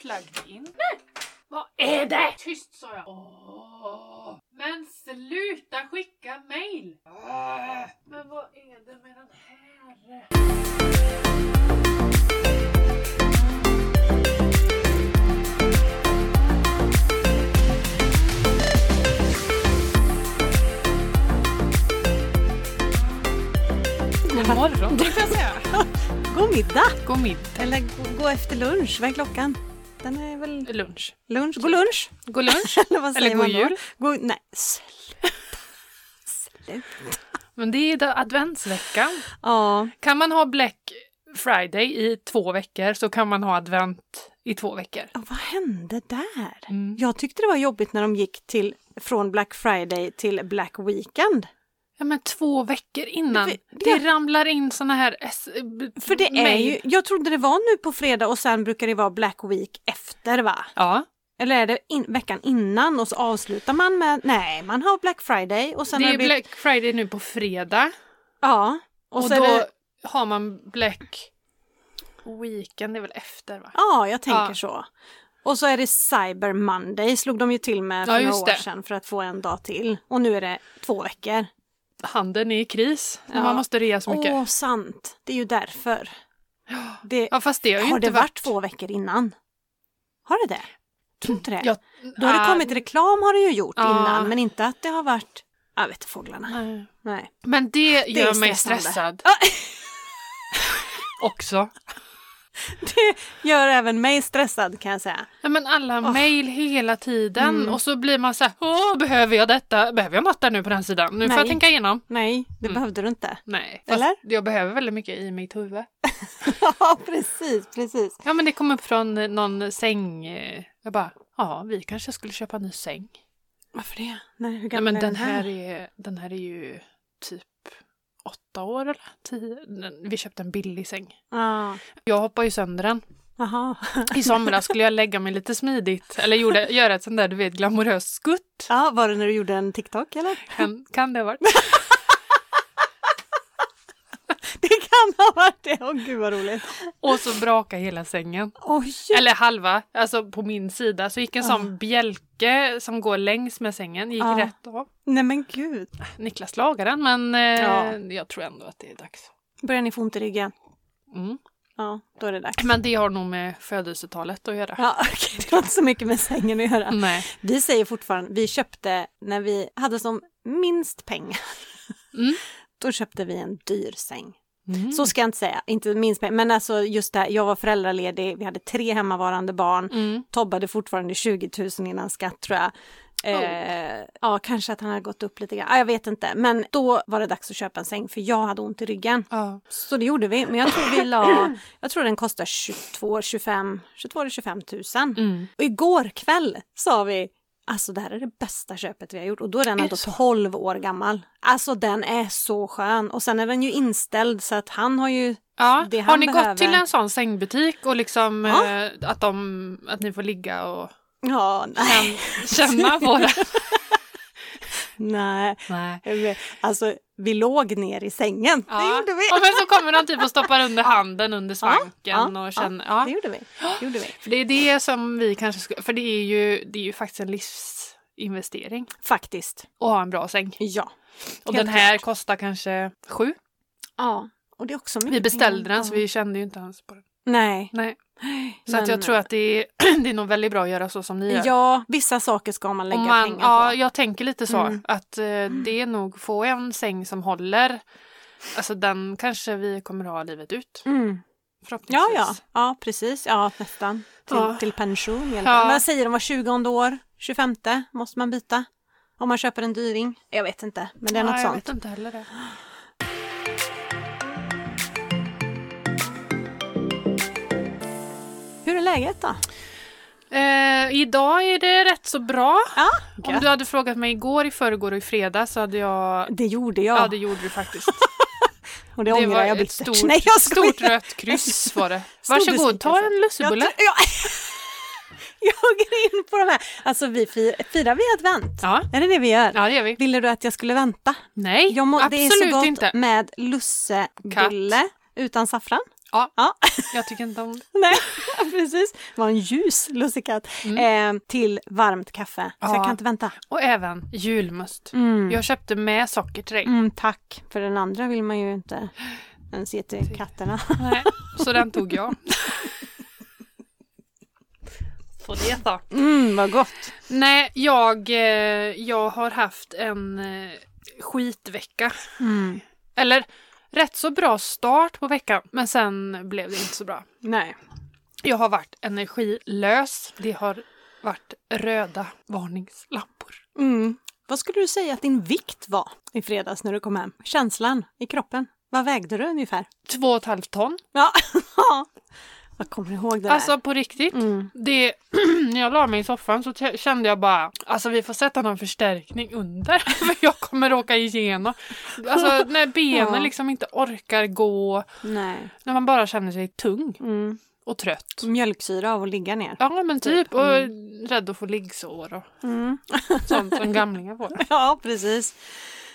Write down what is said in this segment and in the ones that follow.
slagg in. Vad är det? Tyst sa jag. Åh. Men sluta skicka mail. Men vad är det med den här? God morgon, det kan jag säga. God middag! God middag. Eller gå, gå efter lunch. Vad är klockan? Den är väl Lunch. lunch. God lunch! God lunch. Eller vad säger Eller god man då? jul. God, nej, sluta. Sluta. Men det är då adventsveckan. Ja, Kan man ha Black Friday i två veckor så kan man ha advent i två veckor. och vad hände där? Mm. Jag tyckte det var jobbigt när de gick till, från Black Friday till Black Weekend. Ja men två veckor innan. Det- Det, det- ramlar in såna här S, eh, För det är mail. ju, jag trodde det var nu på fredag och sen brukar det vara Black Week efter va? Ja, Eller är det in, veckan innan och så avslutar man med, nej man har Black Friday och sen det har är ju Black Friday nu på fredag. Ja, och, Och, så då är det, har man Black Weekend, det är väl efter va? ja jag tänker Ja. så. Och så är det Cyber Monday, slog de ju till med för Ja, några just år det. sedan för att få en dag till. Och nu är det två veckor. Handeln är i kris, när Ja. man måste rea så mycket. Åh, sant. Det är ju därför. Det, Ja fast det har ju har inte det varit två veckor innan? Har det det? Tror inte det. Ja, Då har det ah, kommit reklam har det ju gjort Ja. innan, men inte att det har varit, jag vet inte, fåglarna. nej. Nej. Men det Det är gör mig stressande. stressad Ja, också. det gör även mig stressad kan jag säga. Ja, men alla Åh. mejl hela tiden Mm. och så blir man så här, Åh, behöver jag detta? Behöver jag något där nu på den sidan? Nu får Nej. jag tänka igenom. Nej, det Mm. behövde du inte. Nej, fast Eller? jag behöver väldigt mycket i mitt huvud. Ja, precis, precis. Ja, men det kom upp från eh, någon säng. eh, Jag bara, ja, vi kanske skulle köpa en ny säng. Varför det? Nej, hur Nej, gammal men är den här är, den här är ju typ åtta år eller tio. Den- Vi köpte en billig säng. Ja, Jag hoppade ju sönder den. jaha. I somras skulle jag lägga mig lite smidigt, eller gjorde, göra ett sånt där, du vet, glamoröst skutt. Ja, var det när du gjorde en TikTok eller? Kan, kan det ha varit? Det kan ha varit det. Åh gud vad roligt. Och så brakade hela sängen. Oj! Eller halva, alltså på min sida. Så gick en sån Ah. bjälke som går längs med sängen, gick Ja. rätt av. Nej men gud. Niklas lagade den, men eh, Ja. jag tror ändå att det är dags. Börjar ni få ont i ryggen? Mm. Ja, då är det dags. Men det har nog med födelsetalet att göra. Ja, okej, det har inte så mycket med sängen att göra. Nej. Vi säger fortfarande, vi köpte när vi hade som minst pengar. Mm. Då köpte vi en dyr säng. Mm. Så ska jag inte säga, inte minst pengar. Men alltså just det här, jag var föräldraledig, vi hade tre hemmavarande barn. Mm. Tobbe hade fortfarande 20 000 innan skatt tror jag. Oh. Eh, ja, kanske att han hade gått upp lite grann. Ah, jag vet inte. Men då var det dags att köpa en säng för jag hade ont i ryggen. Ja. Så det gjorde vi. Men jag tror vi la, jag tror den kostar 22, 25, 22 eller 25 000. Mm. Och igår kväll sa vi, alltså det här är det bästa köpet vi har gjort. Och då är den Är ändå det så? 12 år gammal. Alltså den är så skön. Och sen är den ju inställd så att han har ju, Ja. Det Har han ni behöver- gått till en sån sängbutik och liksom Ja. eh, att, de, att ni får ligga och ja nej. känna på det? nej. Nej. Alltså vi låg ner i sängen. Det gjorde vi. Ja, men så kommer de typ och stoppar under handen under svanken ja, och känner... Ja. Det gjorde vi. Det gjorde vi. För det är det som vi kanske skulle... För det är ju, det är ju faktiskt en livsinvestering Faktiskt. att ha en bra säng. Ja. Och Helt den här kostar kanske sju. Ja. Och det är också mycket Vi beställde pengar. den så vi kände ju inte ens på den. Nej. Nej. Så Men- att jag tror att det är, det är nog väldigt bra att göra så som ni gör. Ja, vissa saker ska man lägga Om man, pengar ja, på. jag tänker lite så. Mm. Att eh, det är nog få en säng som håller. Alltså den kanske vi kommer ha livet ut. Mm. Ja, Förhoppningsvis. ja. Ja, precis. Ja, nästan. Till, Ja. till pension. Ja. Ja. Vad säger de? Var 20 år? 25 måste man byta? Om man köper en dyring? Jag vet inte, men det är något Nej, jag sånt. vet inte heller det. Hur är läget då? Eh, idag är det rätt så bra. Ja, Om du hade frågat mig igår, i förrgår och i fredag så hade jag... Det gjorde Ja, jag det gjorde du faktiskt. och det, ångrar jag ett bittert. stort, Nej, jag skojar. stort rött kryss var det. Stor Varsågod, ta besvikelse. en lussebulle. Jag, jag, jag åker in på de här. Alltså, vi fir, firar vi advent? Ja, Är det det vi gör? ja, det gör vi. Ville du att jag skulle vänta? Nej, Jag må, det är absolut så gott Mm. inte. med lussebulle utan saffran. Ja. Ja. Jag tycker inte om det. Nej, precis. Det var en ljus lussekatt. Eh, till varmt kaffe. Så jag Mm. Ja. kan inte vänta. Och även julmust. Mm. Jag köpte med socker till dig. Mm, tack, för den andra vill man ju inte ens ge till katterna. Nej, så den tog jag. Så det så. Mm, vad gott. Nej, jag, eh, jag har haft en eh, skitvecka. Mm. Eller rätt så bra start på veckan, men sen blev det inte så bra. Nej. Jag har varit energilös. Det har varit röda varningslampor. Mm. Vad skulle du säga att din vikt var i fredags när du kom hem? Känslan i kroppen? Vad vägde du ungefär? Två och ett halvt ton. Ja, jag kommer ihåg det där. Alltså på riktigt. Mm. Det, när jag la mig i soffan så t- kände jag bara, alltså vi får sätta någon förstärkning under för jag kommer åka igenom. Alltså när benen Ja. liksom inte orkar gå, Nej. när man bara känner sig tung Mm. och trött. Mjölksyra av att ligga ner. Ja men typ, och rädd att få liggsår och Mm. sånt som gamlingar får. Ja, precis.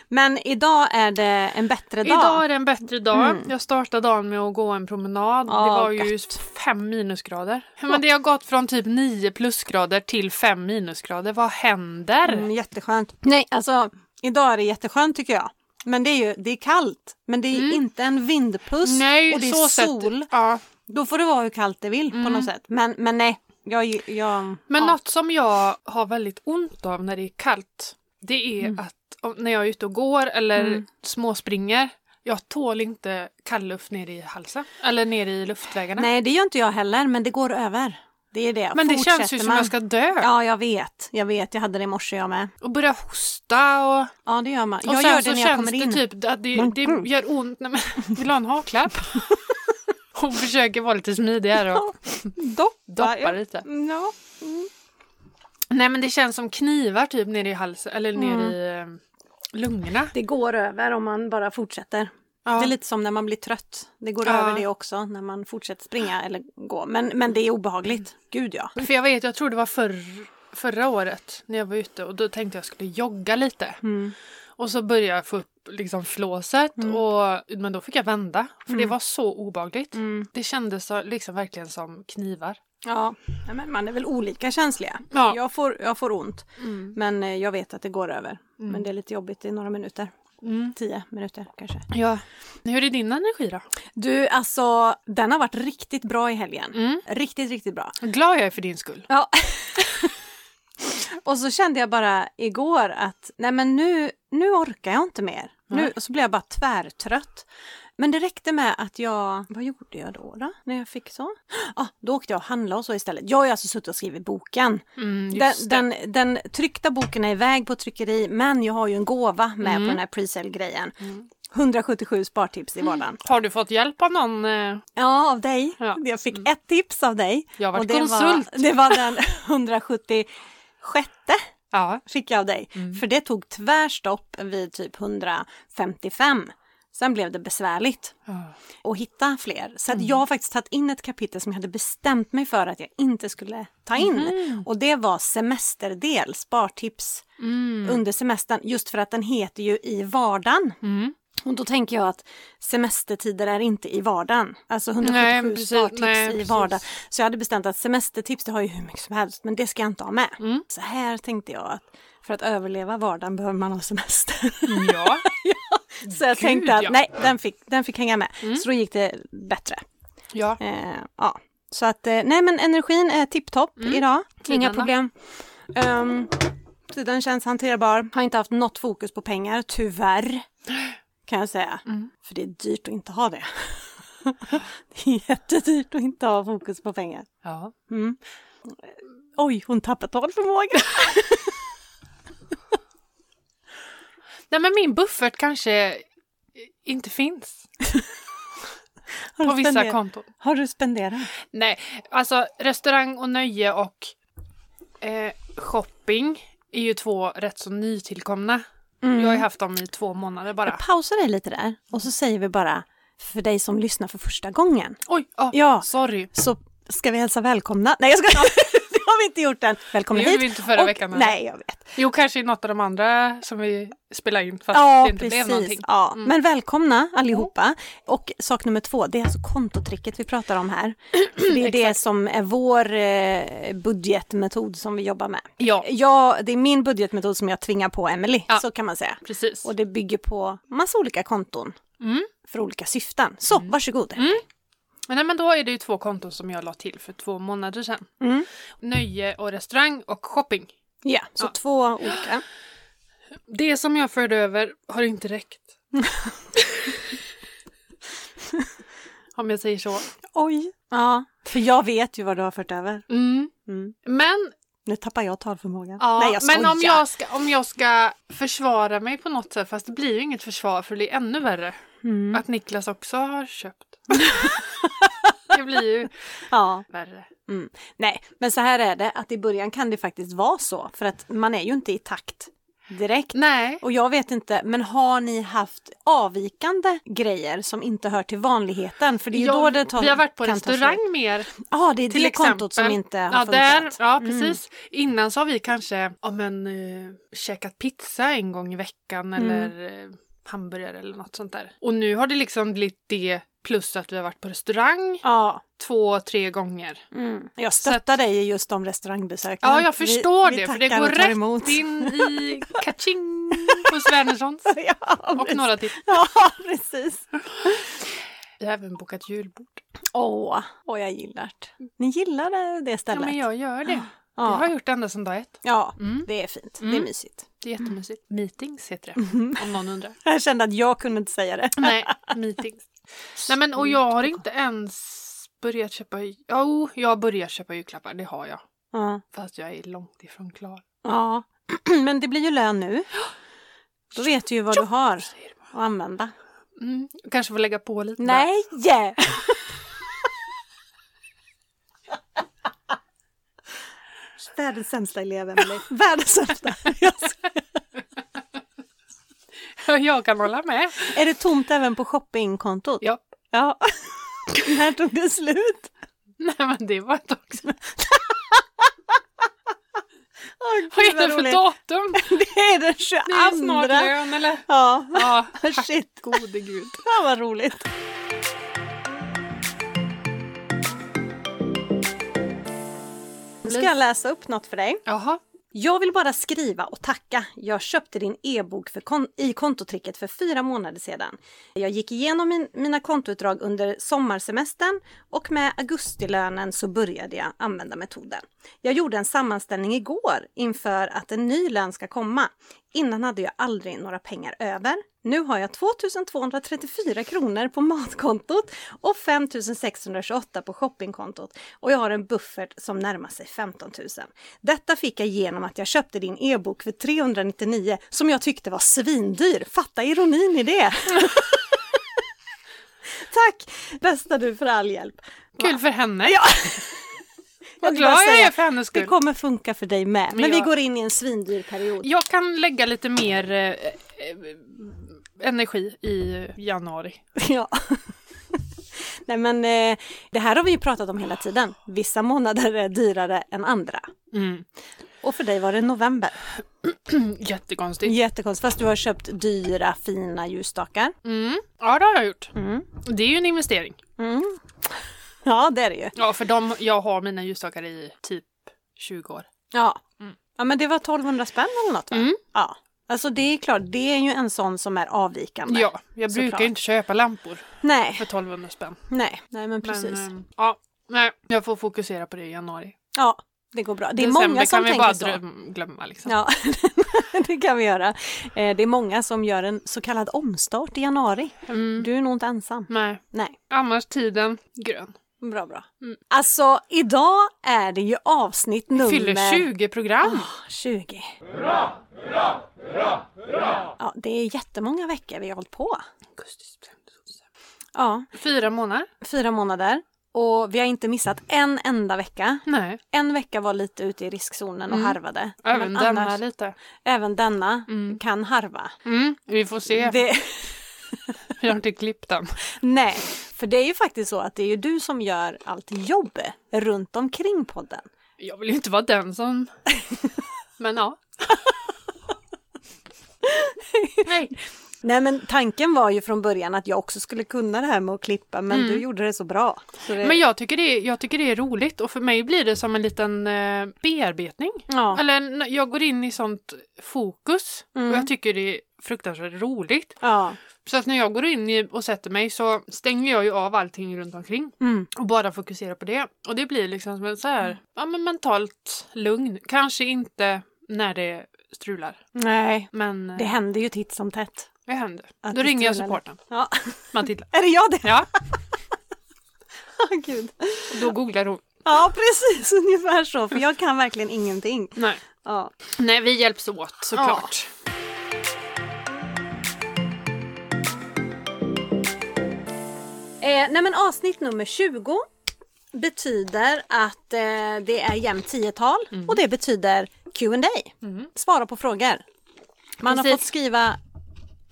Men idag är det en bättre dag. Idag är det en bättre dag. Mm. Jag startade dagen med att gå en promenad. Ja, det var ju fem minusgrader. Men det har gått från typ nio plusgrader till fem minusgrader. Vad händer? Mm, jätteskönt. Nej, alltså idag är det jätteskönt tycker jag. Men det är ju det är kallt, men det är inte en vindpust Nej, och det är så sett- sol. Ja. Då får det vara hur kallt det vill på något sätt. Men, men nej, jag... jag Men ja. något som jag har väldigt ont av när det är kallt, det Mm. är att om- när jag är ute och går eller småspringer, jag tål inte kall luft ner i halsen eller ner i luftvägarna. Nej, det gör inte jag heller, men det går över. Det är det. Men det Fortsätter känns ju som man. jag ska dö Ja, jag vet. Jag vet, jag hade det i morse jag med. och börja hosta och, Ja, det gör man. och jag sen gör så det när jag känns kommer det in. typ att det, Men det gud. gör ont. Nej, men, vill du ha en haklapp? Hon försöker vara lite smidigare och Dopp, doppa lite. Ja. Nej men det känns som knivar typ ner i halsen eller ner Mm. i eh, lungorna. Det går över om man bara fortsätter. Ja. Det är lite som när man blir trött. Det går Ja. över det också när man fortsätter springa eller gå. Men, men det är obehagligt. Gud ja. För jag vet, jag tror det var förr, förra året när jag var ute och då tänkte jag skulle jogga lite. Mm. Och så började jag få upp liksom flåset och, men då fick jag vända för Mm. det var så obagligt. Det kändes så, liksom verkligen som knivar. Ja, nej, men man är väl olika känsliga. Ja. Mm. Jag, får, jag får ont, men eh, jag vet att det går över. Men det är lite jobbigt i några minuter. Mm. Tio minuter kanske. Ja. Hur är din energi då? Du, alltså den har varit riktigt bra i helgen. Mm. Riktigt, riktigt bra. Vad Glad jag är för din skull. Ja. och så kände jag bara igår att nej men nu, nu orkar jag inte mer. Nu, och så blev jag bara tvärtrött. Men det räckte med att jag, vad gjorde jag då, då när jag fick så? Ah, då åkte jag och handlade och så istället. Jag har ju alltså suttit och skrivit boken. Mm, Den, just det. den, den tryckta boken är iväg på tryckeri men jag har ju en gåva med Mm. på den här presale-grejen. 177 spartips i Mm. vardagen. Har du fått hjälp av någon? eh, Ja, av dig. Ja. Mm. Jag fick ett tips av dig. Jag har varit Och det konsult. Var, det var den 176 Ja. fick jag av dig. Mm. För det tog tvärstopp vid typ 155. Sen blev det besvärligt Ja. att hitta fler. Så att Mm. jag har faktiskt tagit in ett kapitel som jag hade bestämt mig för att jag inte skulle ta in. Mhm. Och det var semesterdel, spartips under semestern. Just för att den heter ju I vardagen. Mm. Och då tänker jag att semestertider är inte i vardagen. Alltså 177 Nej, precis. spartips Nej, i precis. vardagen. Så jag hade bestämt att semestertips, det har ju hur mycket som helst, men det ska jag inte ha med. Mm. Så här tänkte jag att för att överleva vardagen behöver man ha semester. ja. så Gud, jag tänkte att ja. Mm. nej, den fick, den fick hänga med. Så då gick det bättre. ja. Eh, ja. Så att, eh, nej men energin är tipptopp Mm. idag. Inga Tiderna. problem. Um, tiden känns hanterbar. Har inte haft något fokus på pengar, tyvärr. Kan jag säga. Mm. För det är dyrt att inte ha det. det är jättedyrt att inte ha fokus på pengar. ja. Oj, hon tappar talförmågan. Nej men min buffert kanske eh, inte finns Har på du vissa spenderat- konton. Har du spenderat? Nej, alltså restaurang och nöje och eh, shopping är ju två rätt så nytillkomna. Jag har ju haft dem i två månader bara. Jag pausar dig lite där och så säger vi bara för dig som lyssnar för första gången. Oj, ah, Ja. sorry. Så ska vi hälsa välkomna. Nej jag ska har vi inte gjort än. Välkommen Det gjorde hit. vi inte förra Och- veckan heller. Nej, jag vet. Jo, kanske i något av de andra som vi spelade in fast Ja, det inte blev precis. någonting. Ja. Mm. Men välkomna allihopa. Och sak nummer två, det är alltså kontotricket vi pratar om här. För Det är det som är vår eh, budgetmetod som vi jobbar med. Ja, Ja, det är min budgetmetod som jag tvingar på Emily, Ja. så kan man säga. precis. Och det bygger på massa olika konton Mm. för olika syften. Så, varsågod. Men, nej, men då är det ju två konton som jag la till för två månader sedan. Mm. Nöje och restaurang och shopping. Ja, så Ja. två olika. Det som jag förde över har inte räckt. Om jag säger så. Oj. Ja, för jag vet ju vad du har fört över. Mm. Mm. Men Nu tappar jag talförmågan. Ja, Nej, jag men om skojar. jag, ska, om jag ska försvara mig på något sätt, fast det blir ju inget försvar för det blir ännu värre. Mm. Att Niklas också har köpt. det blir ju Ja. värre. Nej, men så här är det att i början kan det faktiskt vara så för att man är ju inte i takt direkt. Nej. Och jag vet inte, men har ni haft avvikande grejer som inte hör till vanligheten? För det är ju Jag- då det tar, vi har varit på kan ta restaurang slut. mer. Ja, det är Till det exempel. kontot som inte har ja, där, funkat. Mm. ja, precis. Innan så har vi kanske ja, men, eh, käkat pizza en gång i Mm. veckan eller eh, hamburgare eller något sånt där. Och nu har det liksom blivit det plus att vi har varit på restaurang Ja, två, tre gånger. mm. jag stöttar dig i just de restaurangbesöken. Ja, jag förstår vi, det, vi för det tackar går och tar rätt emot. in i kaching på Svennerssons. ja, Och precis. några till. Ja, precis. Jag har även bokat julbord. Åh, åh, jag gillar det. Ni gillar det- det Ja, stället? men jag gör det. Det Ja. har jag gjort ända sedan dag ett. Ja, Mm. det är fint. Det Mm. är mysigt. Det är jättemysigt. Mm. Meetings heter det, om någon undrar. Jag kände att jag kunde inte säga det. Nej, meetings. Nej, men och jag har inte ens börjat köpa... Jo, jag börjar köpa julklappar, det har jag. Ja, Fast jag är långt ifrån klar. ja. men det blir ju lön nu. Då vet du ju vad du har att Säger man. använda. Mm, jag kanske får lägga på lite. där. Nej! Världens sämsta elev, Emelie. Världens sämsta. Jag skojar. Jag kan hålla med. Är det tomt även på shoppingkontot? Ja. ja. När tog det slut? Nej, men det var ett tag sedan. Åh, gud, Vad är det vad för roligt. datum? Det är den 22. Det är ju snart lön, eller? Ja, Ja, shit. gode gud. Fan vad roligt. Nu ska jag läsa upp något för dig. Jaha. Jag vill bara skriva och tacka. Jag köpte din e-bok för kon- i kontotricket för fyra månader sedan. Jag gick igenom min- mina kontoutdrag under sommarsemestern och med augustilönen så började jag använda metoden. Jag gjorde en sammanställning igår inför att en ny lön ska komma. Innan hade jag aldrig några pengar över. Nu har jag 2234 kronor på matkontot och 5628 på shoppingkontot och jag har en buffert som närmar sig 15 000. Detta fick jag genom att jag köpte din e-bok för 399 som jag tyckte var svindyr. Fatta ironin i det! Tack bästa du för all hjälp! Kul för henne. Ja. Jag Vad vill glad bara jag säga, är för hennes Det skull. kommer funka för dig med, men Ja. vi går in i en svindyr period. Jag kan lägga lite mer eh, eh, energi i januari. Ja. Nej men eh, det här har vi ju pratat om hela tiden. Vissa månader är dyrare än andra. Mm. Och för dig var det november. Jättekonstigt. Jättekonstigt, fast du har köpt dyra fina ljusstakar. Mm. Ja, det har jag gjort. Mm. Det är ju en investering. Mm. Ja, det är det ju. Ja, för de, jag har mina ljusstakar i typ 20 år. Ja. Mm. ja, men det var 1200 spänn eller något va? Mm. Ja. Alltså det är klart, det är ju en sån som är avvikande. Ja, jag Såklart. brukar ju inte köpa lampor Nej, för 1200 spänn. nej, nej men precis. Men, eh, ja, nej, jag får fokusera på det i januari. Ja, det går bra. Det är December många som kan vi tänker bara så. dröm, glömma liksom. Ja, det kan vi göra. Eh, Det är många som gör en så kallad omstart i januari. Mm. Du är nog inte ensam. Nej, Nej, annars tiden grön. bra bra. Mm. Alltså, idag är det ju avsnitt nummer... Fyller 20 program. Ah, 20. Ja, det är jättemånga veckor vi har hållit på. Augusti, september, oktober. Ja, Fyra månader? fyra månader. Och vi har inte missat en enda vecka. Nej, En vecka var lite ute i riskzonen och Mm. harvade. även Men denna annars- lite. Även denna Mm. kan harva. Mm, vi får se, Det, vi har inte klippt den. Nej, för det är ju faktiskt så att det är ju du som gör allt jobb runt omkring podden. Jag vill ju inte vara den som... Men ja. Nej. Nej men tanken var ju från början att jag också skulle kunna det här med att klippa men Mm. du gjorde det så bra. Så det, Men jag tycker, det är, jag tycker det är roligt och för mig blir det som en liten eh, bearbetning. ja. Eller n- jag går in i sånt fokus Mm. och jag tycker det är fruktansvärt roligt. ja. Så att när jag går in i och sätter mig så stänger jag ju av allting runt omkring Mm. och bara fokuserar på det. Och det blir liksom som en så här, ja men mentalt lugn. Kanske inte när det strular, Nej, men eh, det händer ju titt som tätt. det händer. Att Då det ringer jag strular. supporten, Ja. Matilda. Är det jag det? Ja, Ja, Gud. och då googlar hon. Ja, precis ungefär så. För jag kan verkligen ingenting. Nej. Ja. Nej, vi hjälps åt såklart. Eh, nej men avsnitt nummer 20 betyder att eh, det är jämnt tiotal Mm. och det betyder Q&A. Svara på frågor. Man har Precis. Mm. fått skriva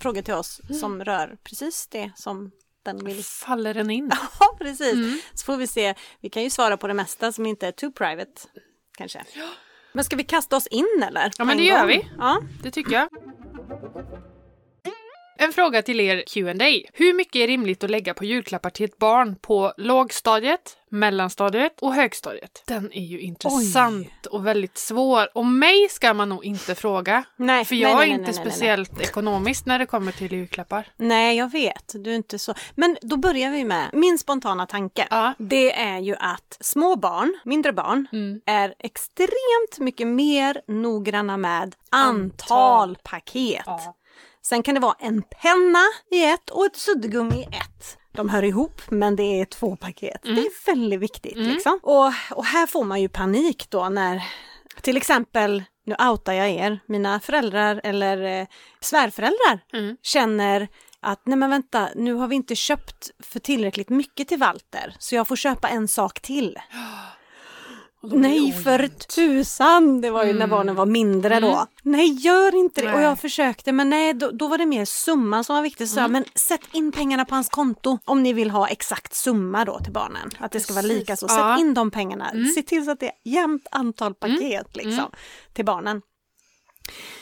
frågor till oss som rör precis det som den vill. Faller den in? Ja, precis. Mm. Så får vi se. Vi kan ju svara på det mesta som inte är too private kanske. Men ska vi kasta oss in eller? Ja, men På det en gör gång? vi. Ja. Det tycker jag. En fråga till er Q&A. Hur mycket är rimligt att lägga på julklappar till ett barn på lågstadiet, mellanstadiet och högstadiet? Den är ju intressant och väldigt svår. Och mig ska man nog inte fråga. Nej, För nej, jag nej, är nej, inte nej, nej, nej. speciellt ekonomiskt när det kommer till julklappar. Nej, jag vet. Du är inte så. Men då börjar vi med min spontana tanke. Ja. Det är ju att små barn, mindre barn, Mm. är extremt mycket mer noggranna med antal, Antal. paket. Ja. Sen kan det vara en penna i ett och ett suddgummi i ett. De hör ihop men det är två paket. Det är väldigt viktigt. Liksom. Och, och här får man ju panik då när till exempel, nu outar jag er, mina föräldrar eller eh, svärföräldrar Mm. känner att nej men vänta, nu har vi inte köpt för tillräckligt mycket till Walter så jag får köpa en sak till. Nej för tusan! Det var ju när barnen var mindre då. Nej gör inte det! Och Mm. Nej. jag försökte men nej då, då var det mer summan som var viktig. Så sa Mm. jag, men sätt in pengarna på hans konto om ni vill ha exakt summa då till barnen. Att det ska vara Precis. lika så. Sätt Ja. Mm. in de pengarna. Se till så att det är jämnt antal paket liksom till barnen.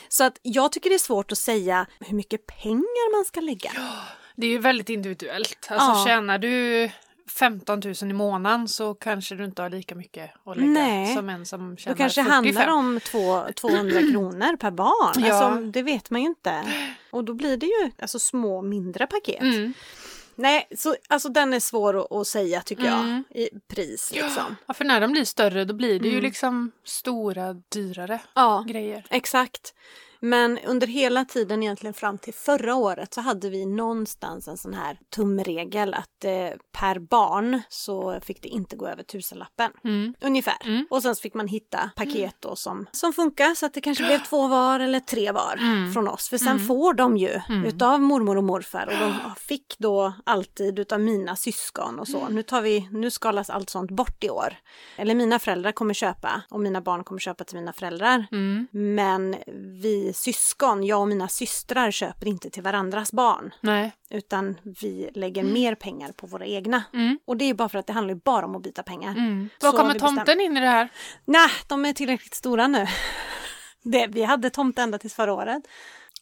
Så att jag tycker det är svårt att säga hur mycket pengar man ska lägga. Det är ju väldigt individuellt. Alltså Ja. tjänar du 15 000 i månaden så kanske du inte har lika mycket att lägga Nej. som en som Då tjänar kanske 45. det handlar om två, 200 kronor per barn. Ja. Alltså, det vet man ju inte. Och då blir det ju alltså, små mindre paket. Mm. Nej, så, alltså, den är svår att, att säga tycker Mm. jag i pris. Liksom. Ja, för när de blir större då blir det ju Mm. liksom stora, dyrare Ja. grejer. exakt. Men under hela tiden egentligen fram till förra året så hade vi någonstans en sån här tumregel att eh, per barn så fick det inte gå över tusenlappen. Mm. Ungefär. Mm. Och sen så fick man hitta paket då som, som funkar så att det kanske blev två var eller tre var Ah. Mm. från oss. För sen får de ju Mm. Ah. utav mormor och morfar och de fick då alltid utav mina syskon och Mm. så. Nu, tar vi, nu skalas allt sånt bort i år. Eller mina föräldrar kommer köpa och mina barn kommer köpa till mina föräldrar. Mm. Men vi syskon, jag och mina systrar köper inte till varandras barn Nej. utan vi lägger mer pengar på våra egna. Mm. Och det är ju bara för att det handlar ju bara om att byta pengar. Mm. Så Var har kommer vi bestämt. tomten in i det här? Nej, de är tillräckligt stora nu. Det, vi hade tomt ända tills förra året.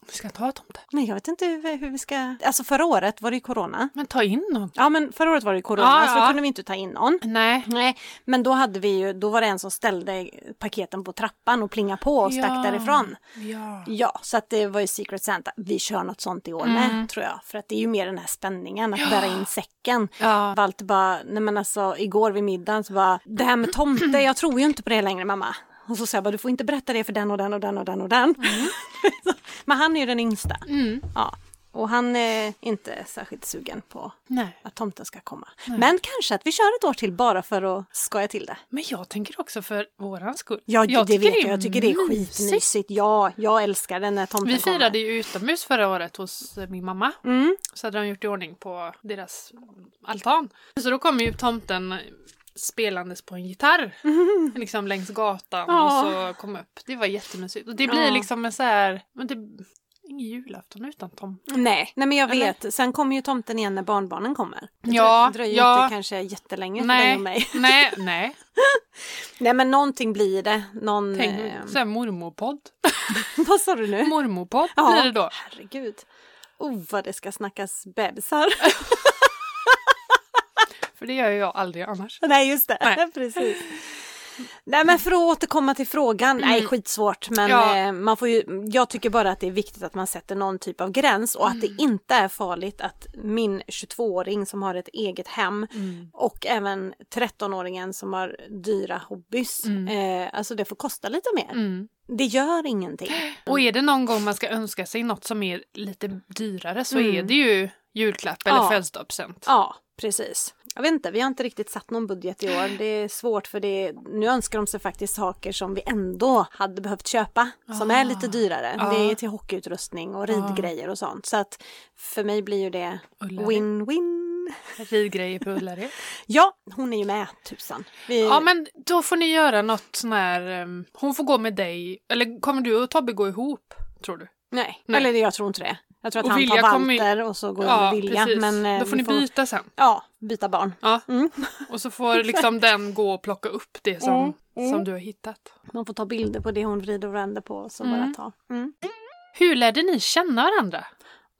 Vi ska ta tomten. Men jag vet inte hur, hur vi ska... Alltså förra året var det ju corona. Men ta in någon. Ja, men förra året var det ju corona Ja, så då ja. kunde vi inte ta in någon. Nej. Nej, men då hade vi ju, då var det en som ställde paketen på trappan och plingade på och stack Ja. därifrån. Ja. Ja, så att det var ju Secret Santa. Vi kör något sånt i år Mm. med, tror jag. För att det är ju mer den här spänningen att bära in säcken. Ja. Walter bara, nej men alltså igår vid middagen så bara, det här med tomte, jag tror ju inte på det längre mamma. Och så sa jag bara, du får inte berätta det för den och den och den och den och den. men han är ju den yngsta. Mm. Ja. Och han är inte särskilt sugen på Nej. att tomten ska komma. Men kanske att vi kör ett år till bara för att skoja till det. Men jag tänker också för våran skull. Ja, jag det tycker vet jag. är Jag tycker det är mysigt. skitmysigt. Ja, jag älskar den när tomten Vi kommer. firade ju utomhus förra året hos eh, min mamma. Mm. Så hade de gjort i ordning på deras altan. Så då kom ju tomten spelandes på en gitarr. Liksom längs gatan Ja. och så kom upp. Det var jättemysigt. Och det blir Ja. liksom en så här... Men det, ingen julafton utan tomten. Nej, nej men jag Eller? vet. Sen kommer ju tomten igen när barnbarnen kommer. Det Ja, drö- dröjer ja. inte kanske jättelänge för Nej. dig och mig. Nej, nej. Nej men någonting blir det. Någon... Tänk eh, såhär mormorpodd. vad sa du nu? Mormorpodd Ja. blir det då. Herregud. Oh vad det ska snackas bebisar. För det gör ju jag aldrig annars. Nej just det, Nej. precis. Nej men för att återkomma till frågan, nej skitsvårt men Mm. Ja. eh, man får ju, jag tycker bara att det är viktigt att man sätter någon typ av gräns och Mm. att det inte är farligt att min 22-åring som har ett eget hem Mm. och även 13-åringen som har dyra hobbys, eh, alltså det får kosta lite mer. Mm. Det gör ingenting. Och är det någon gång man ska önska sig något som är lite dyrare så Mm. är det ju julklapp eller Ja. födelsedagspresent. Ja, precis. Jag vet inte, vi har inte riktigt satt någon budget i år. Det är svårt för det, nu önskar de sig faktiskt saker som vi ändå hade behövt köpa, som är lite dyrare. Ah. Ja. Ah. Det är till hockeyutrustning och ridgrejer och sånt. Så att för mig blir ju det Ullared. win-win. Ridgrejer på Ullared. Ja, hon är ju med tusan. Vi, Ja men då får ni göra något sån här, ehm, hon får gå med dig, eller kommer du och Tobbe gå ihop tror du? nej. Nej. eller jag tror inte det. Jag tror att Och han Vilja tar kommer ju- Walter och så går ja, Vilja. Men, eh, då får vi ni byta sen. Ja, byta barn. Ja. Mm. Och så får liksom den gå och plocka upp det som, Mm, mm. som du har hittat. Man får ta bilder på det hon vrider och vänder på och så bara Mm. ta. Mm. Hur lärde ni känna varandra?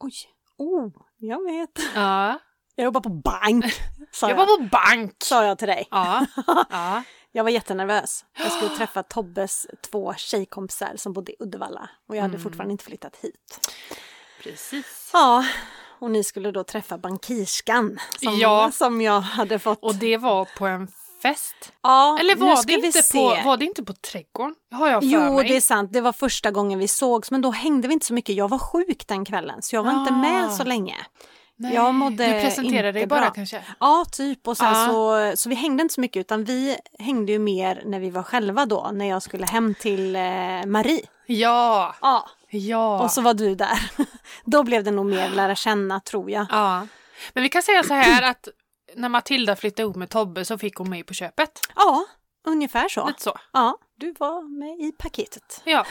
Oj, oh, jag vet. Ja. Jag jobbar på bank, sa Jag jag, var på bank! sa jag till dig. Ja. ja. Jag var jättenervös. Jag skulle träffa Tobbes två tjejkompisar som bodde i Uddevalla och jag hade Mm. fortfarande inte flyttat hit. Precis. Ja, och ni skulle då träffa bankirskan som, Ja. som jag hade fått. Och det var på en fest. ja, Eller nu var ska det, vi inte se. på, var det inte på trädgården? Har jag för Jo, mig. det är sant. Det var första gången vi sågs, men då hängde vi inte så mycket. Jag var sjuk den kvällen, så jag var inte Ah. med så länge. Nej. jag mådde Du presenterade inte dig bara bra. kanske? Ja, typ. Och sen Ja. så, så vi hängde inte så mycket utan vi hängde ju mer när vi var själva då, när jag skulle hem till eh, Marie. Ja. Ja. Ja. Och så var du där. då blev det nog mer lära känna, tror jag. ja. Men vi kan säga så här att när Matilda flyttade ihop med Tobbe så fick hon mig på köpet. Ja, ungefär så. Lite så. Ja, du var med i paketet. Ja.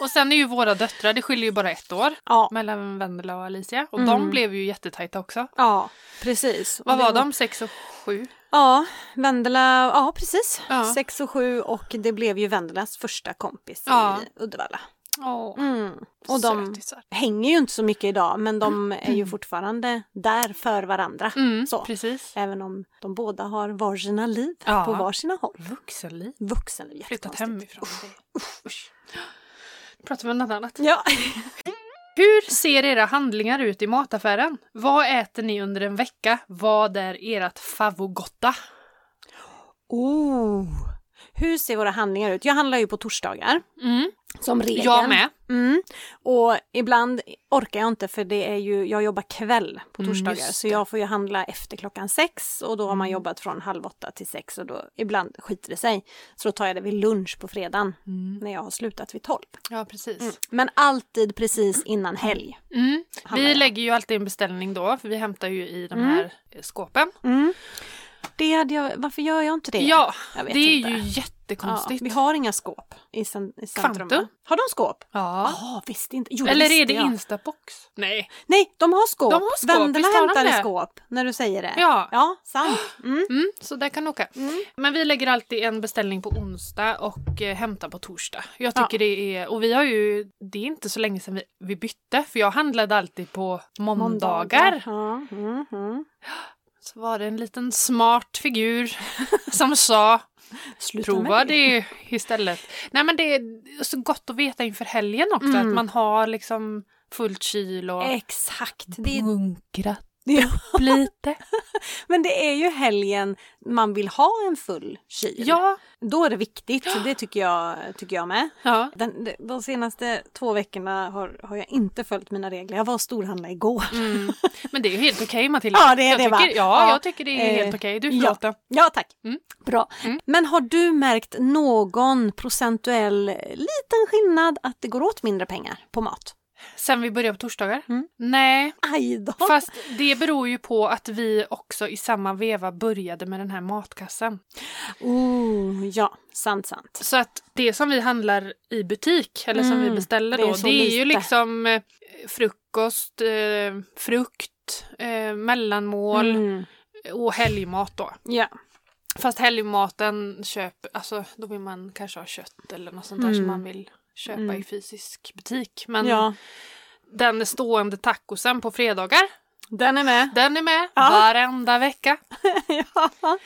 Och sen är ju våra döttrar, det skiljer ju bara ett år Ja, mellan Vendela och Alicia. Och Mm. de blev ju jättetajta också. ja precis. Vad Och det var de? Sex och sju? Ja, Vendela, ja precis. Ja. Sex och sju och det blev ju Vendelas första kompis Ja. i Uddevalla. Åh, Mm. Och de sötisar. hänger ju inte så mycket idag men de är ju fortfarande där för varandra. Mm, Så. Eh, precis. Även om de båda har varsina liv Ja. på varsina håll. Vuxenliv. Vuxenliv, Flyttat jättekonstigt. hemifrån. Usch. Usch. Nu pratar vi om något annat. Ja. Hur ser era handlingar ut i mataffären? Vad äter ni under en vecka? Vad är ert favvogotta? Oh. Hur ser våra handlingar ut? Jag handlar ju på torsdagar. Mm. Som regel. Jag med. Mm. Och ibland orkar jag inte för det är ju, jag jobbar kväll på Mm, torsdagar just Mm. så jag får ju handla efter klockan sex och då har man jobbat från halv åtta till sex och då ibland skiter det sig. Så då tar jag det vid lunch på fredagen Mm. när jag har slutat vid tolv. Ja, precis. Men alltid precis innan helg. Mm. Handlar Vi jag. lägger ju alltid en beställning då, för vi hämtar ju i Mm. de här eh, skåpen. Det hade jag, varför gör jag inte det? Ja, Jag vet det är inte. ju Ja, jättekonstigt. vi Ja, har inga skåp i, cen- i centrum. Kvantum? Har de skåp? Ja, ah, visste inte. Jo, Eller är visste det jag. instabox? Nej. Nej, de har skåp. De har skåp, Vendela visst har de hämtar det? i skåp när du säger det. Ja. Ja, Mm. sant. Mm. Mm, så där kan du åka. Men vi lägger alltid en beställning på onsdag och eh, hämtar på torsdag. Jag tycker det är, och vi har ju, det är inte så länge sedan vi, vi bytte för jag handlade alltid på måndagar. Ja, mm, mm. Så var det en liten smart figur som sa Sluta prova med det istället. Nej men det är så gott att veta inför helgen också Mm. att man har liksom fullt kyl och Exakt. Det Mm. är, bunkrat det, upp lite. men det är ju helgen man vill ha en full kyl. ja. Då är det viktigt, så det tycker jag, tycker jag med. ja. Den, de, de senaste två veckorna har, har jag inte följt mina regler. Jag var och storhandlade igår. Mm. Men det är ju helt okej Matilda. Ja, det är jag det, tycker, va? Ja, Ja. jag tycker det är Eh, helt okej. Du är ja. förlåten. Ja tack, Mm. bra. Mm. Men har du märkt någon procentuell liten skillnad att det går åt mindre pengar på mat? Sen vi började på torsdagar? Mm. Nej, Aj då! fast det beror ju på att vi också i samma veva började med den här matkassen. Oh, ja, sant sant. Så att det som vi handlar i butik, eller som Mm, vi beställer det är då, så det är lite. ju liksom eh, frukost, eh, frukt, eh, mellanmål Mm. och helgmat då. Ja. Fast helgmaten köper, alltså då vill man kanske ha kött eller något sånt där Mm. som man vill köpa Mm. i fysisk butik. Men ja, den stående tacosen på fredagar, den är med. den är med Ja. varenda vecka. ja.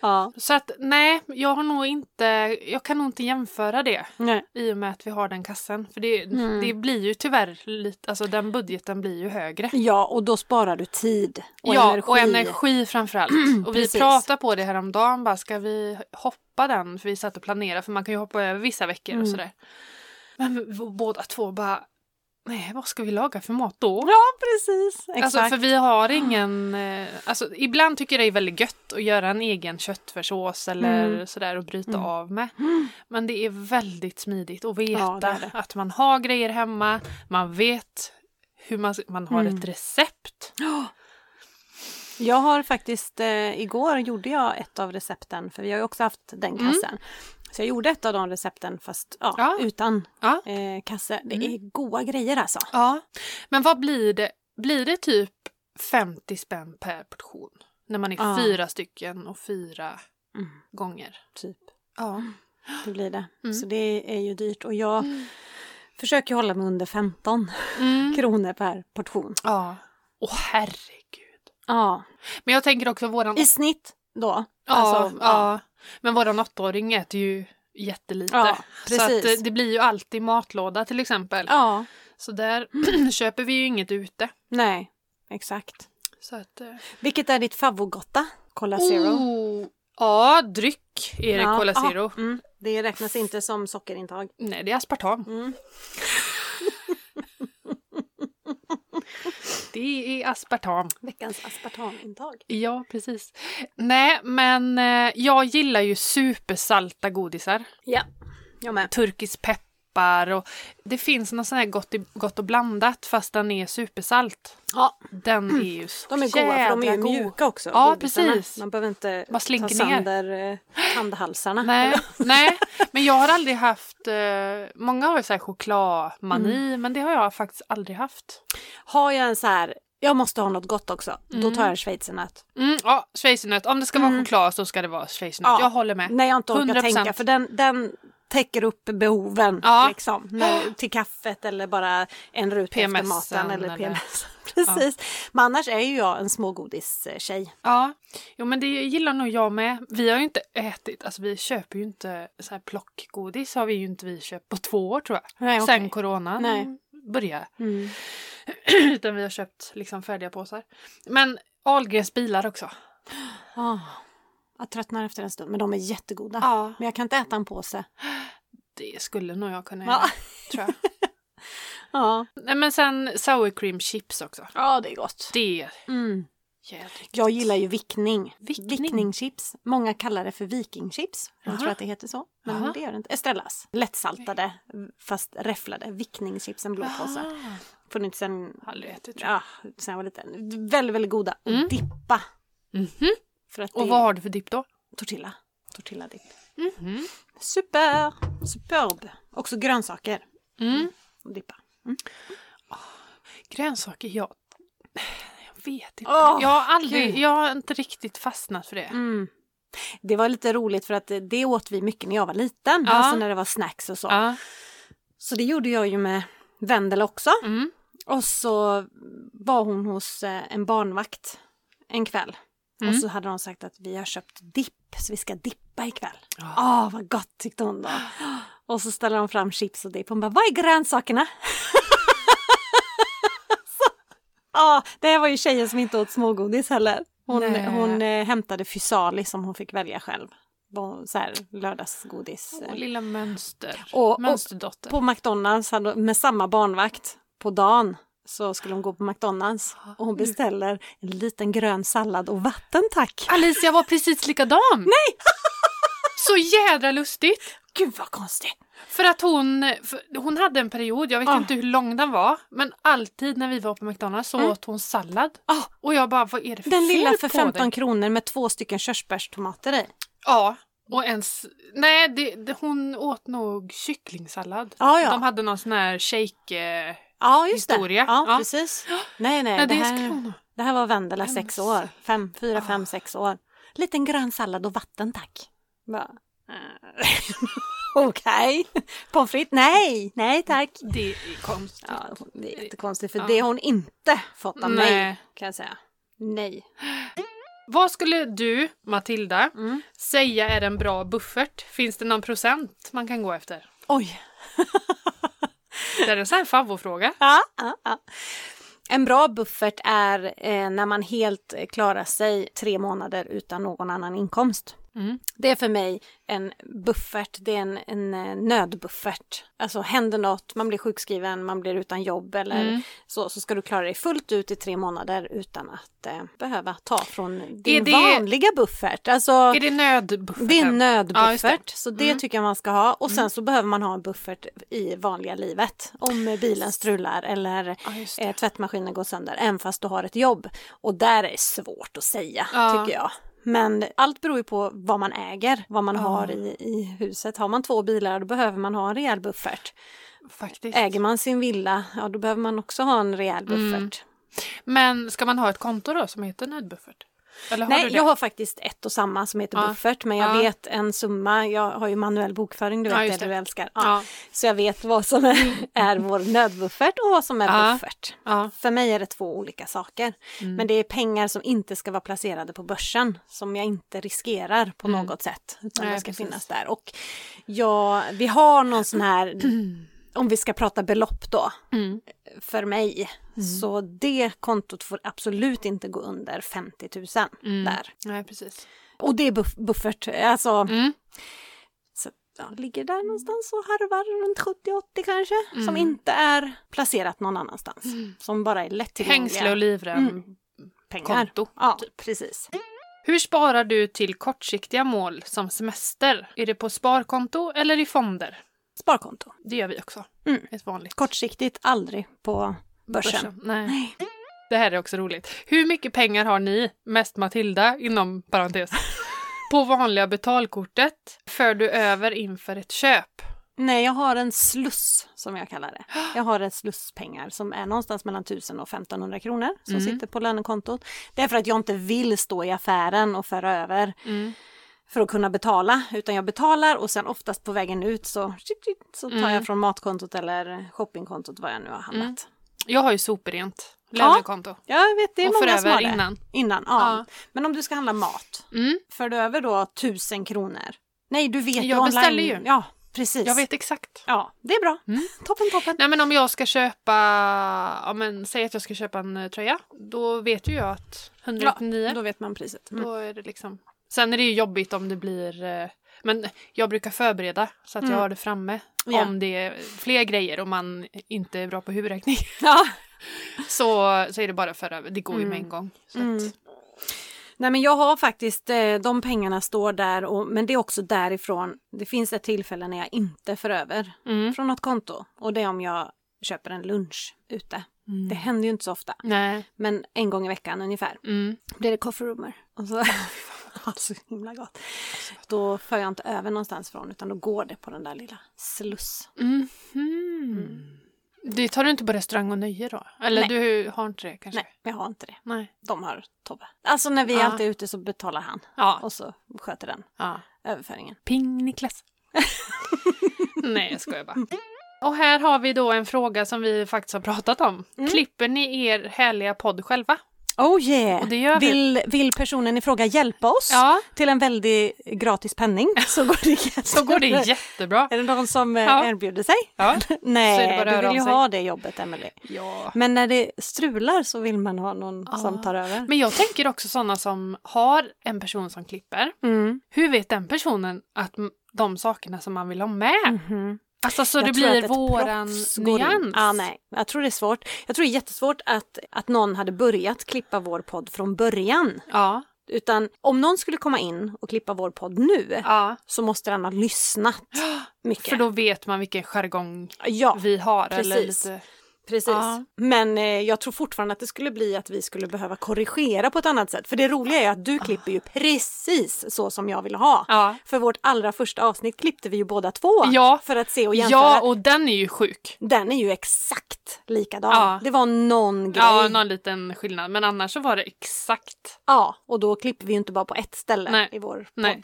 ja, Så att nej, jag har nog inte, jag kan nog inte jämföra det nej. i och med att vi har den kassen. För det, Mm. det blir ju tyvärr lite, alltså den budgeten blir ju högre. Ja, och då sparar du tid och ja, energi. och energi framförallt. och vi Precis. pratade på det här om dagen, bara ska vi hoppa den? För vi satt och planerade, för man kan ju hoppa över vissa veckor Mm. och sådär. Men vi- båda två bara, nej vad ska vi laga för mat då? Ja, precis. Exakt. Alltså för vi har ingen, eh, alltså ibland tycker jag det är väldigt gött att göra en egen köttfärssås eller Mm. sådär och bryta Mm. av med. Mm. Men det är väldigt smidigt att veta Ja, det är det. att man har grejer hemma, man vet hur man, man har Mm. ett recept. Jag har faktiskt, eh, igår gjorde jag ett av recepten, för vi har ju också haft den Mm. kassen. Så jag gjorde ett av de recepten fast ja, Ja. utan Ja. eh, kasse. Det Mm. är goda grejer alltså. Ja. Men vad blir det? Blir det typ 50 spänn per portion? När man är Ja. fyra stycken och fyra Mm. gånger. Typ, Ja. det blir det. Mm. Så det är ju dyrt och jag Mm. försöker hålla mig under 15 Mm. kronor per portion. Ja. Åh herregud. Ja, Men jag tänker också våran... i snitt då. ja, alltså, ja. Men våran åttaåring äter ju jättelite. Ja, Så att precis. eh, det blir ju alltid matlåda till exempel. Ja, Så där köper vi ju inget ute. nej, exakt. Så att, eh. Vilket är ditt favvogotta? Cola Zero? Oh, ja, dryck är det Ja, Cola ja, Zero. Mm, det räknas inte som sockerintag. Nej, det är aspartam. Mm. Det är aspartam. Veckans aspartamintag. Ja, precis. Nej, men eh, jag gillar ju supersalta godisar. Ja, jag med. Turkisk peppar och det finns något sånt här gott, i, gott och blandat fast den är supersalt. Ja, Den är ju så de är goda för de är ju jädra god. mjuka också. Ja, godisarna. precis. Man behöver inte Bara ta slinker ner. sönder eh, tandhalsarna. Nej, nej, men jag har aldrig haft... Eh, många har ju så här chokladmani, Mm. men det har jag faktiskt aldrig haft. Har jag en så här, jag måste ha något gott också, då Mm. tar jag en schweizernöt. Mm, ja, schweizernöt. Om det ska vara Mm. choklad så ska det vara schweizernöt. Ja. Jag håller med. När jag inte orkar 100%. tänka, för den, den täcker upp behoven. Ja. Liksom, när, till kaffet eller bara en ruta efter PMSen maten. Eller eller- PMS. Precis. Men annars är ju jag en smågodistjej. Ja, jo, men det gillar nog jag med. Vi har ju inte ätit, alltså vi köper ju inte så här plockgodis har vi ju inte vi köpt på två år tror jag. Nej, Sen corona Nej. började. Mm. Utan vi har köpt liksom färdiga påsar. Men Ahlgrens bilar också. Ah. Jag tröttnar efter en stund, men de är jättegoda. Ja. Men jag kan inte äta en påse. Det skulle nog jag kunna göra, Ja, tror jag. ja. Nej, men sen sour cream chips också. ja det är gott. Det är Mm. jädrigt. Jag gillar ju vickning. Vickning? Vickningchips. Många kallar det för vikingchips. Jag Jaha. tror att det heter så. Men Jaha. det gör det inte. Estrellas. Lättsaltade, fast räfflade. Vickningchips, en blå påse. Aha. Funnits sen, Aldrig ätit tror jag. ja, sen jag var liten. Väldigt, väldigt goda. Mm. Dippa. Mhm. För att det Och vad har du för dipp då? är tortilla. Tortilladipp. Mhm. Super! Superb! Också grönsaker. Mm. och Dippa. Grönsaker, jag... Jag vet inte. Åh, jag, har aldrig, gud. jag har inte riktigt fastnat för det. Mm. Det var lite roligt för att det- det åt vi mycket när jag var liten. Ja. Alltså när det var snacks och så. Ja. Så det gjorde jag ju med Vendel också. Mm. Och så var hon hos eh, en barnvakt en kväll. Mm. Och så hade de sagt att vi har köpt dipp, så vi ska dippa ikväll. Ja. Åh, vad gott tyckte hon då. Och så ställer de fram chips och dipp. Hon bara, vad är grönsakerna? Så- Ja, det här var ju tjejen som inte åt smågodis heller. Hon, Nej. hon eh, hämtade fysalis som hon fick välja själv. Var Så här, lördagsgodis. eh, Åh, lilla mönster. Och- och- Mönsterdotter. på McDonalds hade, med samma barnvakt på dagen så skulle hon gå på McDonalds och hon beställer en liten grön sallad och vatten tack. Alicia var precis likadan! Nej! Så jädra lustigt! gud vad konstigt! För att hon, för hon hade en period, jag vet Ah. inte hur lång den var, men alltid när vi var på McDonalds så Mm. åt hon sallad. Ah, Och jag bara, vad är det för den fel lilla på för 15 dig? kronor med två stycken körsbärstomater i. Ja, och ens... Nej, det, det, hon åt nog kycklingsallad. Ja, ja. De hade någon sån här shake... eh, Ja, just Historia, det. Ja, ja. precis. Nej, nej, Nej, det, det, skulle här, hon ha. det här var Vendela Men sex år. Fem, fyra, fem, Ah. sex år. Liten grön sallad och vatten tack. Bara, eh, Okej. Pommes frites? Nej, nej tack. Det är konstigt. Ja, hon- det är Det- jättekonstigt för ja. det har hon inte fått av mig Nej. kan jag säga. Nej. Vad skulle du, Matilda, Mm. säga är en bra buffert? Finns det någon procent man kan gå efter? Oj. Det är en sån här favvofråga. Ja, ja, ja. En bra buffert är eh, när man helt eh, klarar sig tre månader utan någon annan inkomst. Mm. Det är för mig en buffert, det är en, en eh, nödbuffert. Alltså händer något, man blir sjukskriven, man blir utan jobb eller Mm. så, så ska du klara dig fullt ut i tre månader utan att eh, behöva ta från din Är det- vanliga buffert. Alltså, Är det nödbufferten? det är en Ja, just nödbuffert, det. så det Mm. tycker jag man ska ha. Och sen så behöver man ha en buffert i vanliga livet. Om eh, bilen strular eller Ja, just det. eh, tvättmaskinen går sönder, även fast du har ett jobb. Och där är det svårt att säga, Ja. tycker jag. Men allt beror ju på vad man äger, vad man Ja. har i, i huset. Har man två bilar, då behöver man ha en rejäl buffert. Faktiskt. Äger man sin villa, ja då behöver man också ha en rejäl buffert. Mm. Men ska man ha ett konto då som heter nödbuffert? Eller har du Nej, det? jag har faktiskt ett och samma som heter Ja. buffert, men jag Ja. vet en summa. Jag har ju manuell bokföring, du Ja, vet just det det. du älskar. Ja. Ja. Så jag vet vad som är, är vår nödbuffert och vad som är Ja. buffert. ja. Mm. För mig är det två olika saker. Men det är pengar som inte ska vara placerade på börsen som jag inte riskerar på Mm. något sätt. Utan Nej, det ska precis. finnas där. Och ja, vi har någon sån här, om vi ska prata belopp då, Mm. för mig. Så det kontot får absolut inte gå under 50 000 Mm. där. Nej, precis. Och det är buff- buffert, alltså Mm. så, ja, ligger där någonstans och harvar runt 70-80 kanske. Som Mm. inte är placerat någon annanstans. Som bara är Hängsle och lättillgängliga livrem. Mm. pengar. konto, Ja, precis. Hur sparar du till kortsiktiga mål som semester? Är det på sparkonto eller i fonder? Sparkonto. Det gör vi också. Mm. Ett vanligt. Kortsiktigt, aldrig på börsen. Nej. Nej. Det här är också roligt. Hur mycket pengar har ni, mest Matilda, inom parentes, på vanliga betalkortet för du över inför ett köp? Nej, jag har en sluss som jag kallar det. Jag har en slusspengar som är någonstans mellan 1000 och 1500 kronor som Mm. sitter på lönekontot. Det är för att jag inte vill stå i affären och föra över Mm. för att kunna betala utan jag betalar och sen oftast på vägen ut så, så tar Mm. jag från matkontot eller shoppingkontot vad jag nu har handlat. Mm. Jag har ju soprent Ja, lönekonto. Jag vet, det är och för många som har över det. Innan, innan. ja. Ja. Men om du ska handla mat, Mm. för du över då 1000 kronor? Nej, du vet ju Jag beställer ju. Ja, precis. Jag vet exakt. Ja, det är bra. Mm. Toppen, toppen. Nej men om jag ska köpa, ja men säg att jag ska köpa en eh, tröja, då vet ju jag att 199, Då vet man priset. Mm. då är det liksom. Sen är det ju jobbigt om det blir, eh, men jag brukar förbereda så att Mm. jag har det framme. Ja. Om det är fler grejer och man inte är bra på huvudräkning Ja. så, så är det bara för över, det går ju med en gång. Så att, Mm. Nej men jag har faktiskt, eh, de pengarna står där och, men det är också därifrån, det finns ett tillfälle när jag inte för över mm. från något konto och det är om jag köper en lunch ute. Det händer ju inte så ofta, Nej. men en gång i veckan ungefär Mm. blir det kofferrummer. Och så, alltså himla gott. Då för jag inte över någonstans från utan då går det på den där lilla sluss. Mhm. Det tar du inte på restaurang och nöje då? Eller Mm. Nej. du har inte det kanske? Nej, jag har inte det. Nej. De har Tobbe. Alltså när vi Ja. alltid är ute så betalar han Ja. och så sköter den ja. överföringen. Ping Niklas. Nej, jag skojar bara. Och här har vi då en fråga som vi faktiskt har pratat om. Mm. Klipper ni er härliga podd själva? Oh yeah! Och det gör vi. vill, vill personen i fråga hjälpa oss Ja, till en väldigt gratis penning så går det jättebra. så går det jättebra. Är det någon som eh, Ja. erbjuder sig? Ja. Så är det Nej, bara att du höra vill ju av sig. ha det jobbet Emelie. ja. Men när det strular så vill man ha någon Ja. som tar över. Men jag tänker också sådana som har en person som klipper. Mm. Hur vet den personen att m- de sakerna som man vill ha med? Mhm. Alltså så Jag det tror att blir ett våran proffs går in. nyans. Ja, nej. Jag tror det är svårt. Jag tror det är jättesvårt att, att någon hade börjat klippa vår podd från början. Ja. Utan om någon skulle komma in och klippa vår podd nu Ja, så måste den ha lyssnat mycket. för då vet man vilken jargong ja, vi har. Eller precis. lite... precis. Ja. Men eh, jag tror fortfarande att det skulle bli att vi skulle behöva korrigera på ett annat sätt. För det roliga är att du klipper ju precis så som jag vill ha. Ah. Ja. För vårt allra första avsnitt klippte vi ju båda två Ja. för att se och jämföra. ja, och den är ju sjuk. Den är ju exakt likadan. Ja. Det var någon grej. Ja, någon liten skillnad. Men annars så var det exakt. Ja, och då klipper vi ju inte bara på ett ställe Nej. i vår Nej. Mm.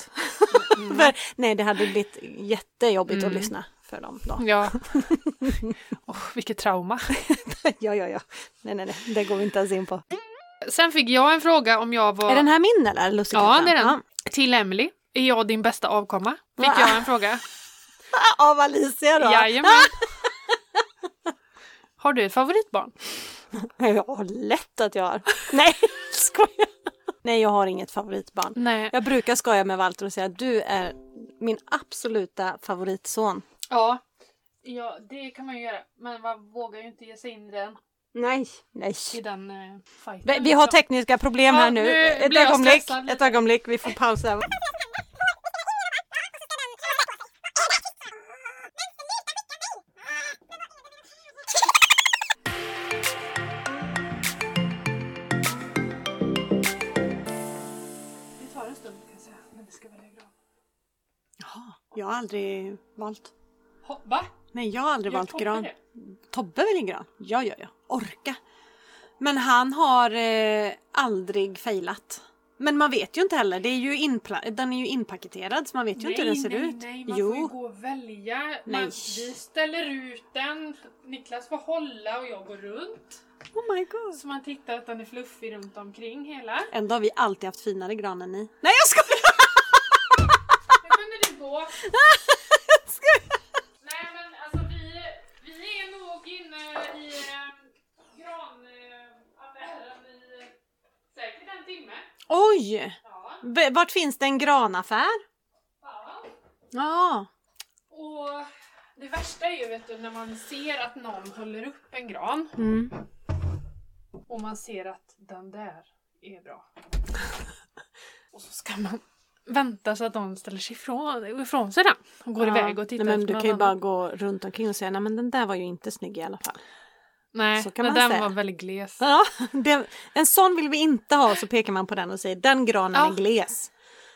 podd. för, nej, det hade blivit jättejobbigt att lyssna för dem då. Ja. oh, vilket trauma. ja, ja, ja. Nej, nej, nej, det går vi inte ens in på. Sen fick jag en fråga om jag var... Är den här min eller? Ja, Lussekatten? det är den. Till Emily. Är jag din bästa avkomma? Fick Va? jag en fråga. Ja. Av Alicia då? Jajamän. Har du ett favoritbarn? Ja, lätt att jag har. Nej, skojar. Nej, jag har inget favoritbarn. Nej. Jag brukar skoja med Walter och säga att du är min absoluta favoritson. Ja. Ja, det kan man ju göra. Men man vågar ju inte ge sig in i den, Nej, nej. i den eh, fighten. Vi, vi har liksom. tekniska problem Ja, här nu. nu Ett blir jag ögonblick, stressad. ett ögonblick, vi får pausa. Det tar en stund kan jag säga, men det ska väl lägga av. Jag har aldrig valt. Ha, va? Nej, jag har aldrig Gör valt Tobbe gran. det? Tobbe vill en gran. Ja, ja, ja. Orka. Men han har eh, aldrig failat. Men man vet ju inte heller. Det är ju inpla- den är ju inpaketerad så man vet ju inte hur den ser nej, ut. Nej, man får ju jo. gå och välja. Man, Nej. vi ställer ut den, Niklas får hålla och jag går runt. Oh my god. Så man tittar att den är fluffig runt omkring hela. Ändå har vi alltid haft finare gran än ni. Nej, jag skojar! Hur kunde det gå? Nej men alltså vi, vi är nog inne i eh, granaffären i eh, säkert en timme. Oj! Ja. V- Vart finns det en granaffär? ja. Ja. Och det värsta är ju vet du, när man ser att någon håller upp en gran Mm. och man ser att den där är bra. Och så ska man vänta så att de ställer sig ifrån, ifrån sig den. Och går Ja. iväg och tittar Nej, men efter Du någon kan ju bara annan. gå runt omkring och säga nej men den där var ju inte snygg i alla fall. Nej, så kan men man den säga. var väldigt gles. Ja, det, en sån vill vi inte ha så pekar man på den och säger den granen Ja. är gles.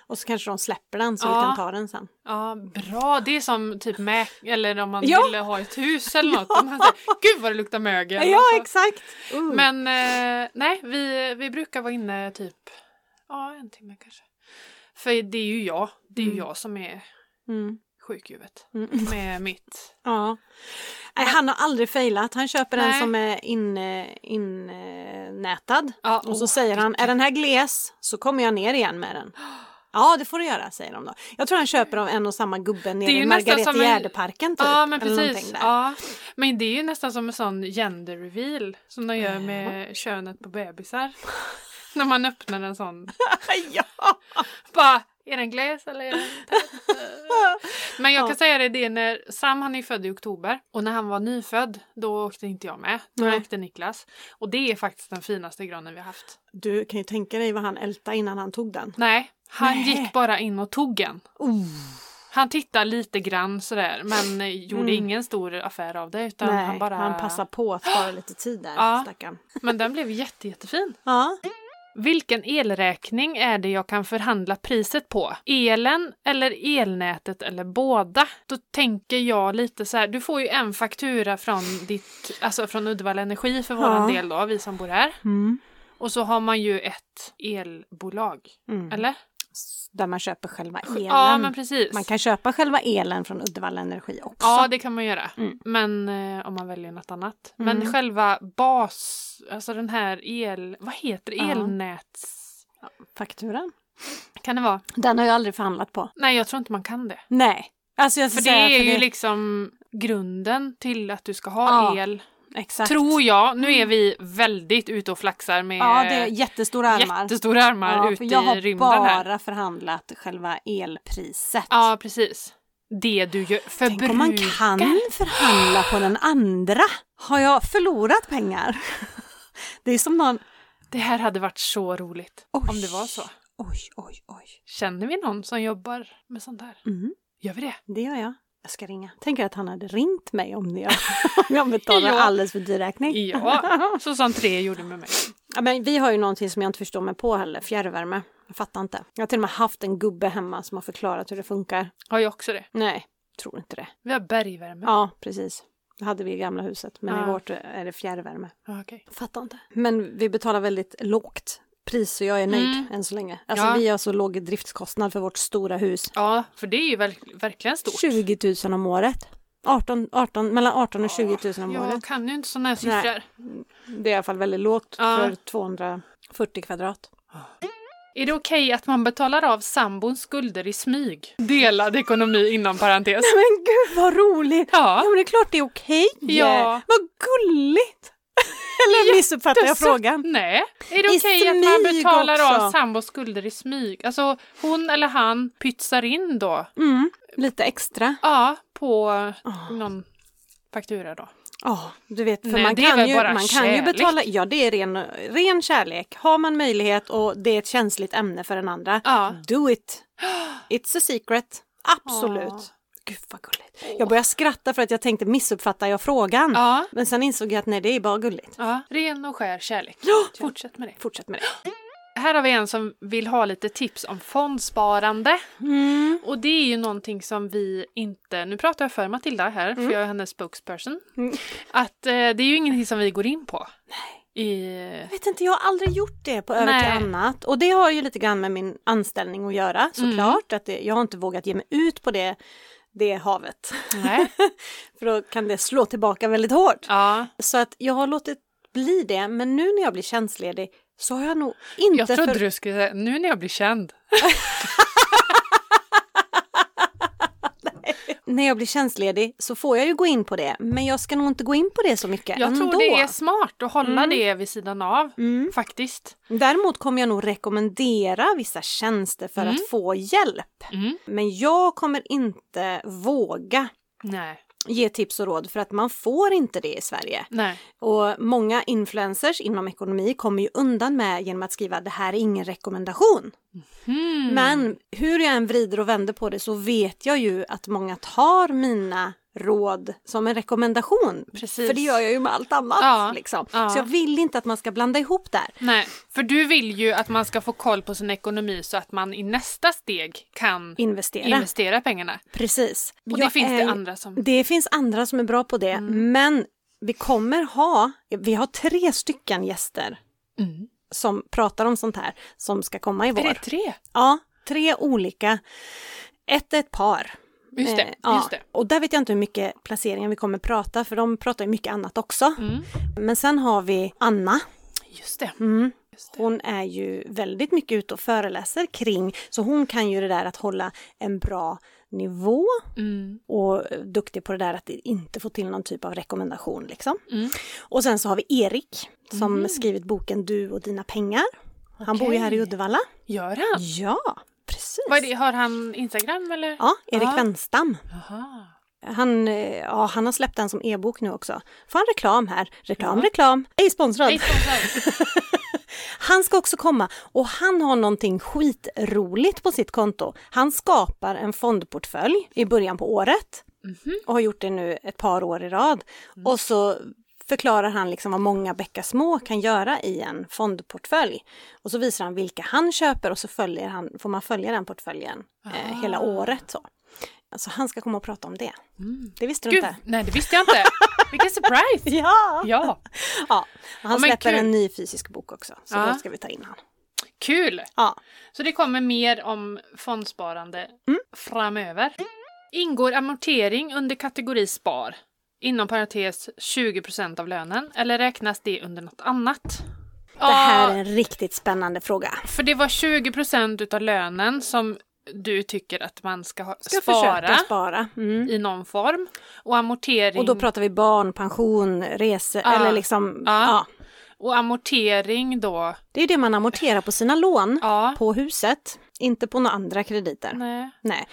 Och så kanske de släpper den så vi Ja. kan ta den sen. Ja, bra. Det är som typ mäk... Eller om man Ja. ville ha ett hus eller något. Ja. Man säger, Gud vad det luktar mögel. Ja, Och så- exakt! Uh. alltså. Men eh, nej, vi, vi brukar vara inne typ ja, en timme kanske. För det är ju jag. Det är ju Mm. jag som är Mm. sjuk i huvudet. Mm. Med mitt. Ja. Nej, han har aldrig failat. Han köper den Nej. som är innätad in, eh, nätad. Ja, och så åh, säger han, är den här gles så kommer jag ner igen med den. Ja, det får du göra, säger de då. Jag tror han köper av en och samma gubbe nere är i ju nästan som en- Margaretagärdeparken typ. ja, men eller någonting precis. där. Ja. Men det är ju nästan som en sån gender reveal som de gör Eh. med könet på bebisar. När man öppnar en sån. ja. Bara, är den gles eller är den tätt? Men jag kan säga det, det är när Sam han är född i oktober och när han var nyfödd då åkte inte jag med. Då Nej. åkte Niklas. Och det är faktiskt den finaste granen vi har haft. Du kan ju tänka dig vad han ältade innan han tog den. Nej, han Nej. gick bara in och tog en. Oh. Han tittade lite grann sådär men eh, gjorde Mm. ingen stor affär av det utan Nej, han bara... passar på att spara lite tid där, Ja. stackarn. Men den blev jätte, jättefin. Ja. Vilken elräkning är det jag kan förhandla priset på? Elen eller elnätet eller båda? Då tänker jag lite så här, du får ju en faktura från, ditt, alltså från Uddevalla Energi för våran Ja. del då, vi som bor här. Mm. Och så har man ju ett elbolag, Mm. eller? S- Där man köper själva elen. Ja, men precis. Man kan köpa själva elen från Uddevalla Energi också. Ja, det kan man göra. Mm. Men eh, om man väljer något annat. Mm. Men själva bas, alltså den här el, vad heter det? Ja. Elnäts... Fakturan. Kan det vara? Den har jag aldrig förhandlat på. Nej, jag tror inte man kan det. Nej. Alltså jag ska För det säga, är ju liksom grunden till att du ska ha Ja, el. Exakt. Mm. Tror jag. Nu är vi väldigt ute och flaxar med Ja, det är jättestora armar. jättestora armar ja, för ute jag har i rymden bara här. förhandlat själva elpriset. Ja, precis. Det du gör, Tänk om man förbrukar. kan förhandla på den andra. Har jag förlorat pengar? Det är som någon... Det här hade varit så roligt Oj. om det var så. Oj, oj, oj. Känner vi någon som jobbar med sånt här? Mm, Gör vi det? det gör jag. Jag ska ringa. Tänker att han hade ringt mig om jag, om jag betalar Ja. alldeles för dyr räkning. Ja, så som tre gjorde med mig. Ja, men vi har ju någonting som jag inte förstår mig på heller, fjärrvärme. Jag fattar inte. Jag har till och med haft en gubbe hemma som har förklarat hur det funkar. Har jag också det. Nej, tror inte det. Vi har bergvärme. Ja, precis. Det hade vi i gamla huset, men Ja. i vårt är det fjärrvärme. Ja, okej. Fattar inte. Men vi betalar väldigt lågt pris så jag är nöjd Mm. än så länge. Alltså Ja. vi har så låg driftskostnad för vårt stora hus. ja för det är ju verk- verkligen stort. 20 000 om året. 18, 18, mellan 18 och 20 000 om Jag året. kan ju inte såna här siffror. Det är i alla fall väldigt lågt Ja. för 240 kvadrat. Är det okej att man betalar av sambons skulder i smyg? Delad ekonomi inom parentes. Men gud vad roligt! Ja, Ja, men det är klart det är okej. Ja. Vad gulligt! Eller missuppfattar jag Jättesött. frågan? nej. Är det I okej att man smyg betalar av också. sambons skulder i smyg? Alltså hon eller han pytsar in då, Mm, lite extra. ja, på Ah. någon faktura då. Ja, du vet, för Nej, man, det är kan väl ju, bara man kan ju kärlek. betala... Ja, det är ren, ren kärlek. Har man möjlighet och det är ett känsligt ämne för den andra, Ja. do it! It's a secret. Absolut. Ja. Gud vad gulligt. Jag började skratta för att jag tänkte missuppfattar jag frågan? Ja. Men sen insåg jag att nej, det är bara gulligt. Ja, ren och skär kärlek. Fortsätt med det. Fortsätt med det. Här har vi en som vill ha lite tips om fondsparande. Och det är ju någonting som vi inte, nu pratar jag för Matilda här, för jag är hennes spokesperson, Mm. att eh, det är ju ingenting som vi går in på. I, Jag vet inte, jag har aldrig gjort det på över Nej. till annat. Och det har ju lite grann med min anställning att göra Mm. såklart. Att det, jag har inte vågat ge mig ut på det, det havet. nej. För då kan det slå tillbaka väldigt hårt. Ja. Så att jag har låtit bli det, men nu när jag blir tjänstledig så har jag nog inte... Jag trodde för... du skulle säga, nu när jag blir känd. När jag blir tjänstledig så får jag ju gå in på det, men jag ska nog inte gå in på det så mycket Jag ändå. tror det är smart att hålla Mm. det vid sidan av, Mm. faktiskt. Däremot kommer jag nog rekommendera vissa tjänster för Mm. att få hjälp. Mm. Men jag kommer inte våga Nej. ge tips och råd för att man får inte det i Sverige. nej. Och många influencers inom ekonomi kommer ju undan med genom att skriva det här är ingen rekommendation. Hmm. Men hur jag än vrider och vänder på det så vet jag ju att många tar mina råd som en rekommendation. Precis. För det gör jag ju med allt annat. Ja, Liksom. ja. Så jag vill inte att man ska blanda ihop där. Nej, för du vill ju att man ska få koll på sin ekonomi så att man i nästa steg kan Investera. investera pengarna. Precis. Och det Jag finns är- det andra som... Mm. Det finns andra som är bra på det, men vi kommer ha, vi har tre stycken gäster Mm. som pratar om sånt här som ska komma i vår. Är det tre? Ja, tre olika. Ett är ett par. Just det, Eh, ja. just det. Och där vet jag inte hur mycket placeringen vi kommer prata, för de pratar ju mycket annat också. Mm. Men sen har vi Anna. Just det. Mm. Just det. Hon är ju väldigt mycket ute och föreläser kring, så hon kan ju det där att hålla en bra nivå Mm. och eh, duktig på det där att inte få till någon typ av rekommendation liksom. Mm. Och sen så har vi Erik som skrivit boken Du och dina pengar. Han bor ju här i Okej. Uddevalla. Gör han? Ja, precis. Vad är det? Har han Instagram eller? Ja, Erik Ja. Wennstam. Aha. Han, eh, ja, han har släppt den som e-bok nu också. Får han reklam här? Reklam, reklam. Ej sponsrad. Hej, sponsor. Han ska också komma och han har någonting skitroligt på sitt konto. Han skapar en fondportfölj i början på året Mhm. och har gjort det nu ett par år i rad. Mm. Och så förklarar han liksom vad många bäckar små kan göra i en fondportfölj. Och så visar han vilka han köper och så följer han, får man följa den portföljen eh, Ah. hela året. Så. Alltså han ska komma och prata om det. Det visste du Mm. Gud, inte? nej det visste jag inte. Vilken surprise! Ja! Ja, ja. Och Ja, han men släpper kul. en ny fysisk bok också, så Ja. då ska vi ta in han. kul! Ja. Så det kommer mer om fondsparande Mm. framöver. Ingår amortering under kategori spar, inom parentes 20 av lönen, eller räknas det under något annat? Det här är en riktigt spännande fråga. För det var 20 utav lönen som du tycker att man ska, ha, Ska spara försöka spara. Mm. i någon form. Och amortering, Och då pratar vi barn, pension, resor Ja. eller liksom, Ja. ja. och amortering då... Det är ju det man amorterar på sina lån Ja. på huset, inte på några andra krediter. Nej. Nej.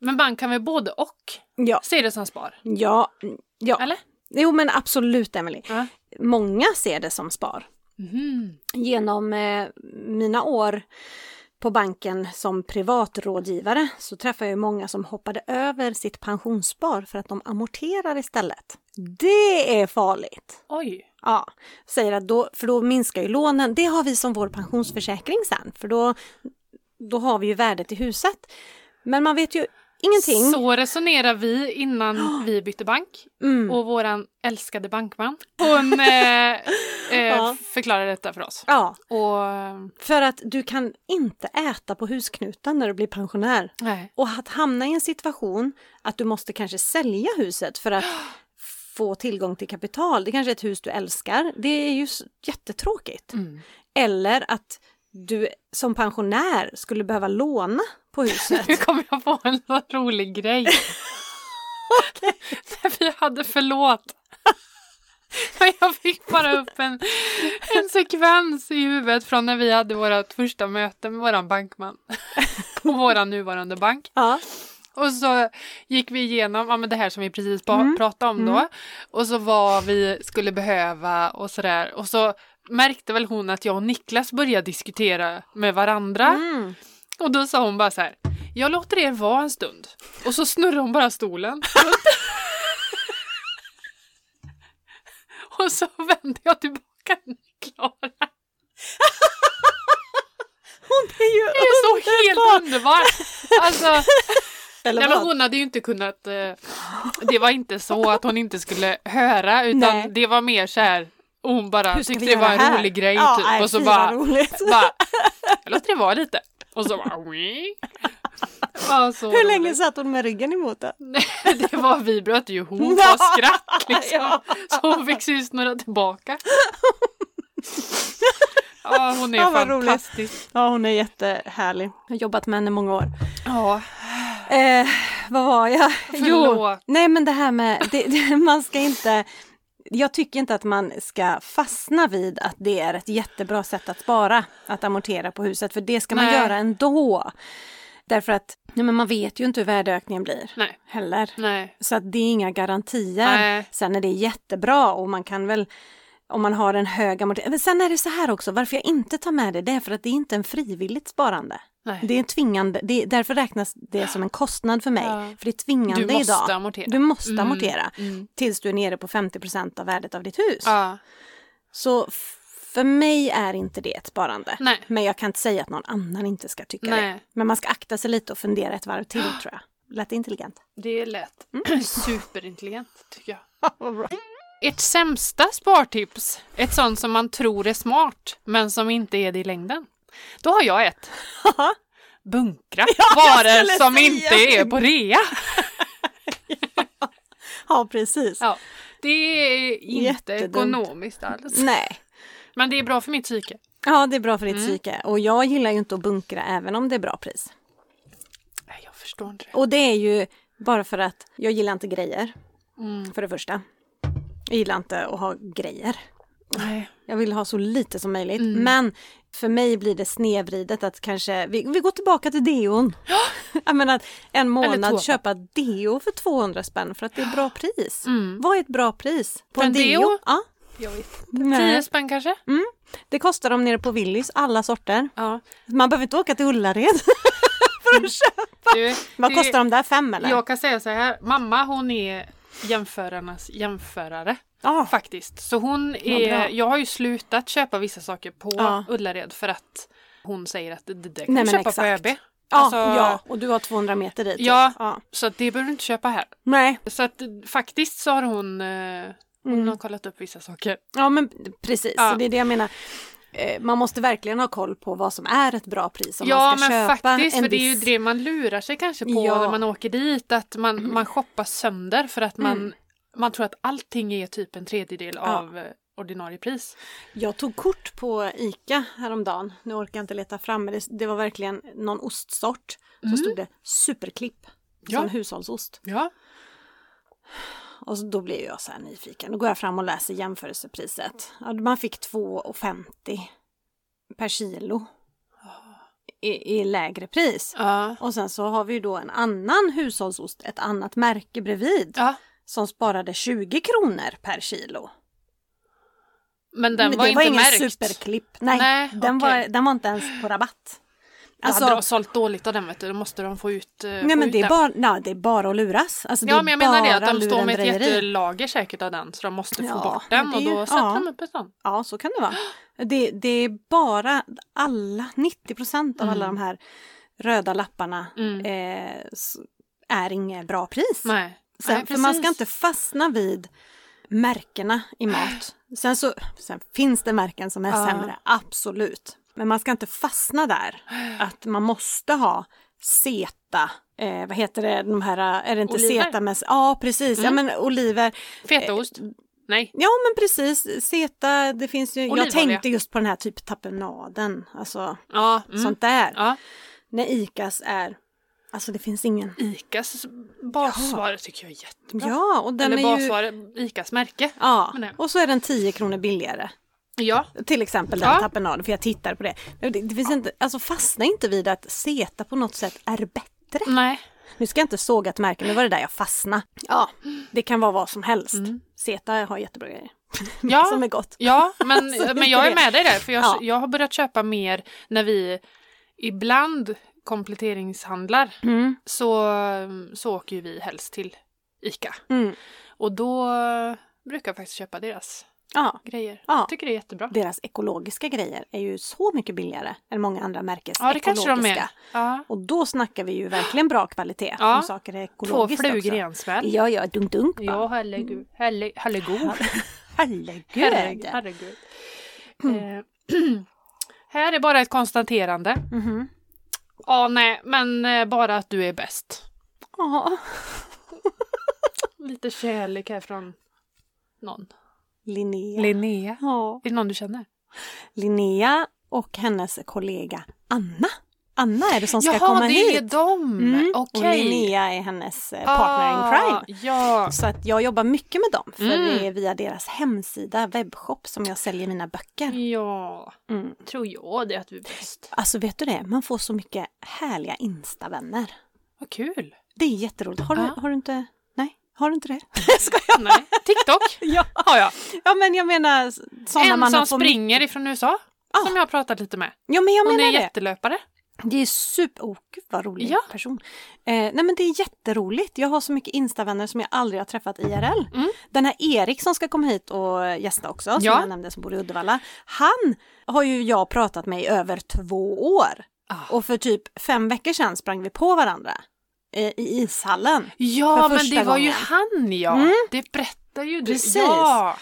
Men man kan väl både och Ja, se det som spar? ja, mm, ja. Eller? Jo men absolut Emily. Ja. Många ser det som spar. Mhm. Genom eh, mina år på banken som privatrådgivare så träffar jag ju många som hoppade över sitt pensionsspar för att de amorterar istället. Det är farligt! Oj. Ja, säger att då, för då minskar ju lånen. Det har vi som vår pensionsförsäkring sen, för då, då har vi ju värdet i huset. Men man vet ju ingenting. Så resonerar vi innan vi bytte bank Mm. och våran älskade bankman hon eh, eh, Ja. förklarade detta för oss. Ja, Och eh, för att du kan inte äta på husknuten när du blir pensionär. nej. Och att hamna i en situation att du måste kanske sälja huset för att få tillgång till kapital. Det kanske är ett hus du älskar. Det är ju s- jättetråkigt. Mm. Eller att du som pensionär skulle behöva låna på huset. Nu kommer jag på en så rolig grej. När vi hade förlåt. Men jag fick bara upp en, en sekvens i huvudet från när vi hade vårt första möte med våran bankman på våran nuvarande bank. ja. Och så gick vi igenom ja, men det här som vi precis ba- pratade om då. Och så vad vi skulle behöva och sådär. Och så märkte väl hon att jag och Niklas började diskutera med varandra. Mm. Och då sa hon bara så här. Jag låter er vara en stund. Och så snurrar hon bara stolen. och så vänder jag tillbaka den Klara. Det är ju Det är så helt underbart! Alltså, Eller Nej, men vad? hon hade ju inte kunnat... Eh, det var inte så att hon inte skulle höra utan Nej. det var mer så här... Hon bara Hur ska tyckte vi det göra var en här? rolig grej ja, typ. nej, och så fy, bara, vad roligt. bara... Jag låter det vara lite. Och så bara... "Wii." Ja, så Hur länge roligt. satt hon med ryggen emot det? Det var, vi bröt ju ihop av skratt liksom. Så hon fick ju snurra tillbaka. Ja, hon är Ja, vad roligt. fantastisk. Ja, hon är jättehärlig. Jag har jobbat med henne i många år. Ja, Eh, vad var jag? Förlåt. nej men det här med, det, det, man ska inte, jag tycker inte att man ska fastna vid att det är ett jättebra sätt att spara, att amortera på huset, för det ska man Nej. göra ändå. Därför att, nej men man vet ju inte hur värdeökningen blir nej, heller. nej. Så att det är inga garantier. Nej. Sen är det jättebra och man kan väl om man har en hög amortering. Men sen är det så här också, varför jag inte tar med det, det är för att det är inte en frivilligt sparande. nej. Det är tvingande, det är, därför räknas det som en kostnad för mig. Ja. För det är tvingande Du måste idag. amortera. Du måste Mm, amortera. mm. Tills du är nere på 50 av värdet av ditt hus. Ja, Så f- för mig är inte det ett sparande. nej. Men jag kan inte säga att någon annan inte ska tycka det. Nej. Men man ska akta sig lite och fundera ett varv till tror jag. Lät intelligent. Det är lätt. Mm. Superintelligent, tycker jag. Ert sämsta spartips, ett sånt som man tror är smart, men som inte är det i längden. Då har jag ett. Bunkra varor skulle som säga inte är på rea. Ja, precis. Ja, det är inte Jättedumt. ekonomiskt alls. Nej. Men det är bra för mitt psyke. Ja, det är bra för Mm. ditt psyke. Och jag gillar ju inte att bunkra även om det är bra pris. Nej, jag förstår inte det. Och det är ju bara för att jag gillar inte grejer. Mm. För det första. Jag gillar inte att ha grejer. Nej. Jag vill ha så lite som möjligt. Mm. Men för mig blir det snedvridet att kanske, vi, vi går tillbaka till deon. Ja! men att en månad tvåan. köpa deo för 200 spänn för att det är bra pris. Mm. Vad är ett bra pris? På För en en deo? deo? Ja. Jag vet. Tio Nej. Mm. spänn kanske? Det kostar dem nere på Willys, alla sorter. Ja. Man behöver inte åka till Ullared. Du, Vad det- kostar de där? Fem eller? Jag kan säga så här, mamma hon är jämförarnas jämförare. Ja. Faktiskt. Så hon Ja, är, bra. jag har ju slutat köpa vissa saker på Ja. Ullared för att hon säger att det, det där kan Nej, du men köpa exakt. på ÖB. Ja, Alltså, ja, och du har 200 meter dit. typ. Ja. ja. Så att det behöver du inte köpa här. Nej, Så att eh, faktiskt så har hon, eh, hon Mm. har kollat upp vissa saker. ja men precis. Ja. Så det är det jag menar. Eh, Man måste verkligen ha koll på vad som är ett bra pris om ja man ska men köpa faktiskt, en för det är ju viss... det man lurar sig kanske på Ja. Mm. när man åker dit. Att man, man shoppar sönder för att man, man tror att allting är typ en tredjedel av eh, ordinarie pris. Jag tog kort på ICA häromdagen. Nu orkar jag inte leta fram men det, det var verkligen någon ostsort. Så stod det superklipp. Mm. Ja. Som hushållsost. Ja. Och så, då blev jag så här nyfiken. Då går jag fram och läser jämförelsepriset. Ja, man fick 2,50 per kilo. Ah. I, I lägre pris. Ja. Och sen så har vi ju då en annan hushållsost, ett annat märke bredvid, ja. som sparade 20 kronor per kilo. Men den Men var det inte var ingen märkt. superklipp. Nej, Nej, den, okej. var, den var inte ens på rabatt. Alltså, Alltså- hade de sålt dåligt av den vet du, då måste de få ut eh, Nej få men ut det är, den. bara, nej, det är bara att luras. Alltså, det Ja är men jag menar det bara att de står med ett lurendrejeri. jättelager säkert av den så de måste få Ja, bort den men det och är ju- då sätter ja. de upp en sån. Ja, så kan det vara. Det, det är bara alla, 90 procent av alla Mm. de här röda lapparna Mm. eh, s- är inget bra pris. Nej. Sen, Nej, för man ska precis. inte fastna vid märkena i mat. Sen, så, sen finns det märken som är Ja. sämre, absolut. Men man ska inte fastna där. Att man måste ha seta, eh, vad heter det, de här, är det inte Oliver? seta med, ja precis, Mm. ja men oliver, Fetaost? eh, Nej. Ja men precis, seta, det finns ju, Olivolja. jag tänkte just på den här typ tapenaden, alltså Ja. Mm. sånt där. ja. När ICAs är, alltså det finns ingen. Icas basvara tycker jag är jättebra. Ja, och den Eller är ju... basvara, Icas märke. Ja, Men nej. och så är den 10 kronor billigare. Ja. Till exempel Ja. den tapenaden, för jag tittar på det. Det, det finns inte, alltså fastna inte vid att seta på något sätt är bättre. Nej. Nu ska jag inte såga ett märke, nu var det där jag fastnade. Ja, det kan vara vad som helst. Mm. Seta har jättebra grejer Ja. som är gott. Ja, men, Så men lite jag är det. med dig där. För jag, Ja. jag har börjat köpa mer när vi ibland kompletteringshandlar. Mm. Så, så åker ju vi helst till ICA. Mm. Och då brukar jag faktiskt köpa deras Ja. grejer. Ja. Jag tycker det är jättebra. Deras ekologiska grejer är ju så mycket billigare än många andra märkes Ja, det kanske ekologiska. de är. Ja. Och då snackar vi ju verkligen bra kvalitet. Ja. Om saker är Två ekologiskt flugor i också. en smäll. Ja, ja, dunk dunk bara. Ja, herregud. Herre- Herregud. Herregud. Herregud. herregud. Eh, här är bara ett konstaterande. Mhm. Ja, nej, men eh, bara att du är bäst. Ja. Lite kärlek här från någon. Linnea. Linnea. ja. Är det någon du känner? Linnea och hennes kollega Anna. Anna är det som ska Jaha, komma det hit. är dem! Mm. Okej. Ah, Och Linnea är hennes eh, partner in crime. Ja. Så att jag jobbar mycket med dem, för Mm. det är via deras hemsida, webbshop, som jag säljer mina böcker. Ja, Mm. tror jag det att du är bäst. Alltså vet du det, man får så mycket härliga instavänner. Vad kul! Det är jätteroligt. Har du, Ja. har du inte... Nej, har du inte det? Nej. TikTok Ja, har jag. ja men jag menar sådana en man som får... springer ifrån USA. Som jag har pratat lite med. Ja men jag Hon menar är det. jättelöpare. Det är super... Åh gud vad rolig Ja. person. Eh, nej men det är jätteroligt. Jag har så mycket instavänner som jag aldrig har träffat IRL. Mm. Den här Erik som ska komma hit och gästa också, som Ja. jag nämnde som bor i Uddevalla. Han har ju jag pratat med i över två år. Ah. Och för typ fem veckor sedan sprang vi på varandra eh, i ishallen. Ja, För men första det var ju gången. han ja. Mm. Det berättar ju du. Precis. Ja.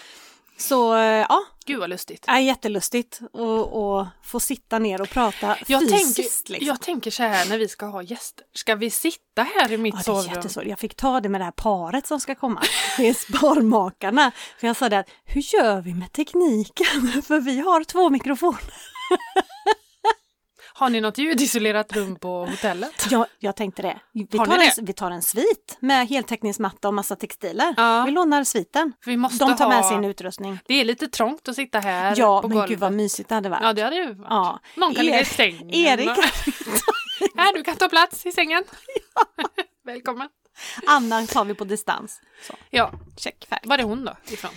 Så eh, ja, Gud vad lustigt. det är jättelustigt och, och få sitta ner och prata Jag tänker, fysiskt. liksom. jag tänker så här när vi ska ha gäster. Ska vi sitta här i mitt Ja, det är sovrum? jättesvårt. Jag fick ta det med det här paret som ska komma. Det är sparmakarna. För jag sa det att, hur gör vi med tekniken? För vi har två mikrofoner. Har ni något ljudisolerat rum på hotellet? Jag, jag tänkte det. Vi Har tar, ni en, vi tar en svit med heltäckningsmatta och massa textiler. Ja. Vi lånar sviten. För vi måste De tar med ha... sin utrustning. Det är lite trångt att sitta här Ja, på men golvet. gud vad mysigt det hade varit. Ja, det hade ju varit. Ja. Någon kan ligga i Er- sängen. Erik, Här, du kan ta plats i sängen. Välkommen. Anna tar vi på distans. Så, Ja, check, färg. var är hon då ifrån?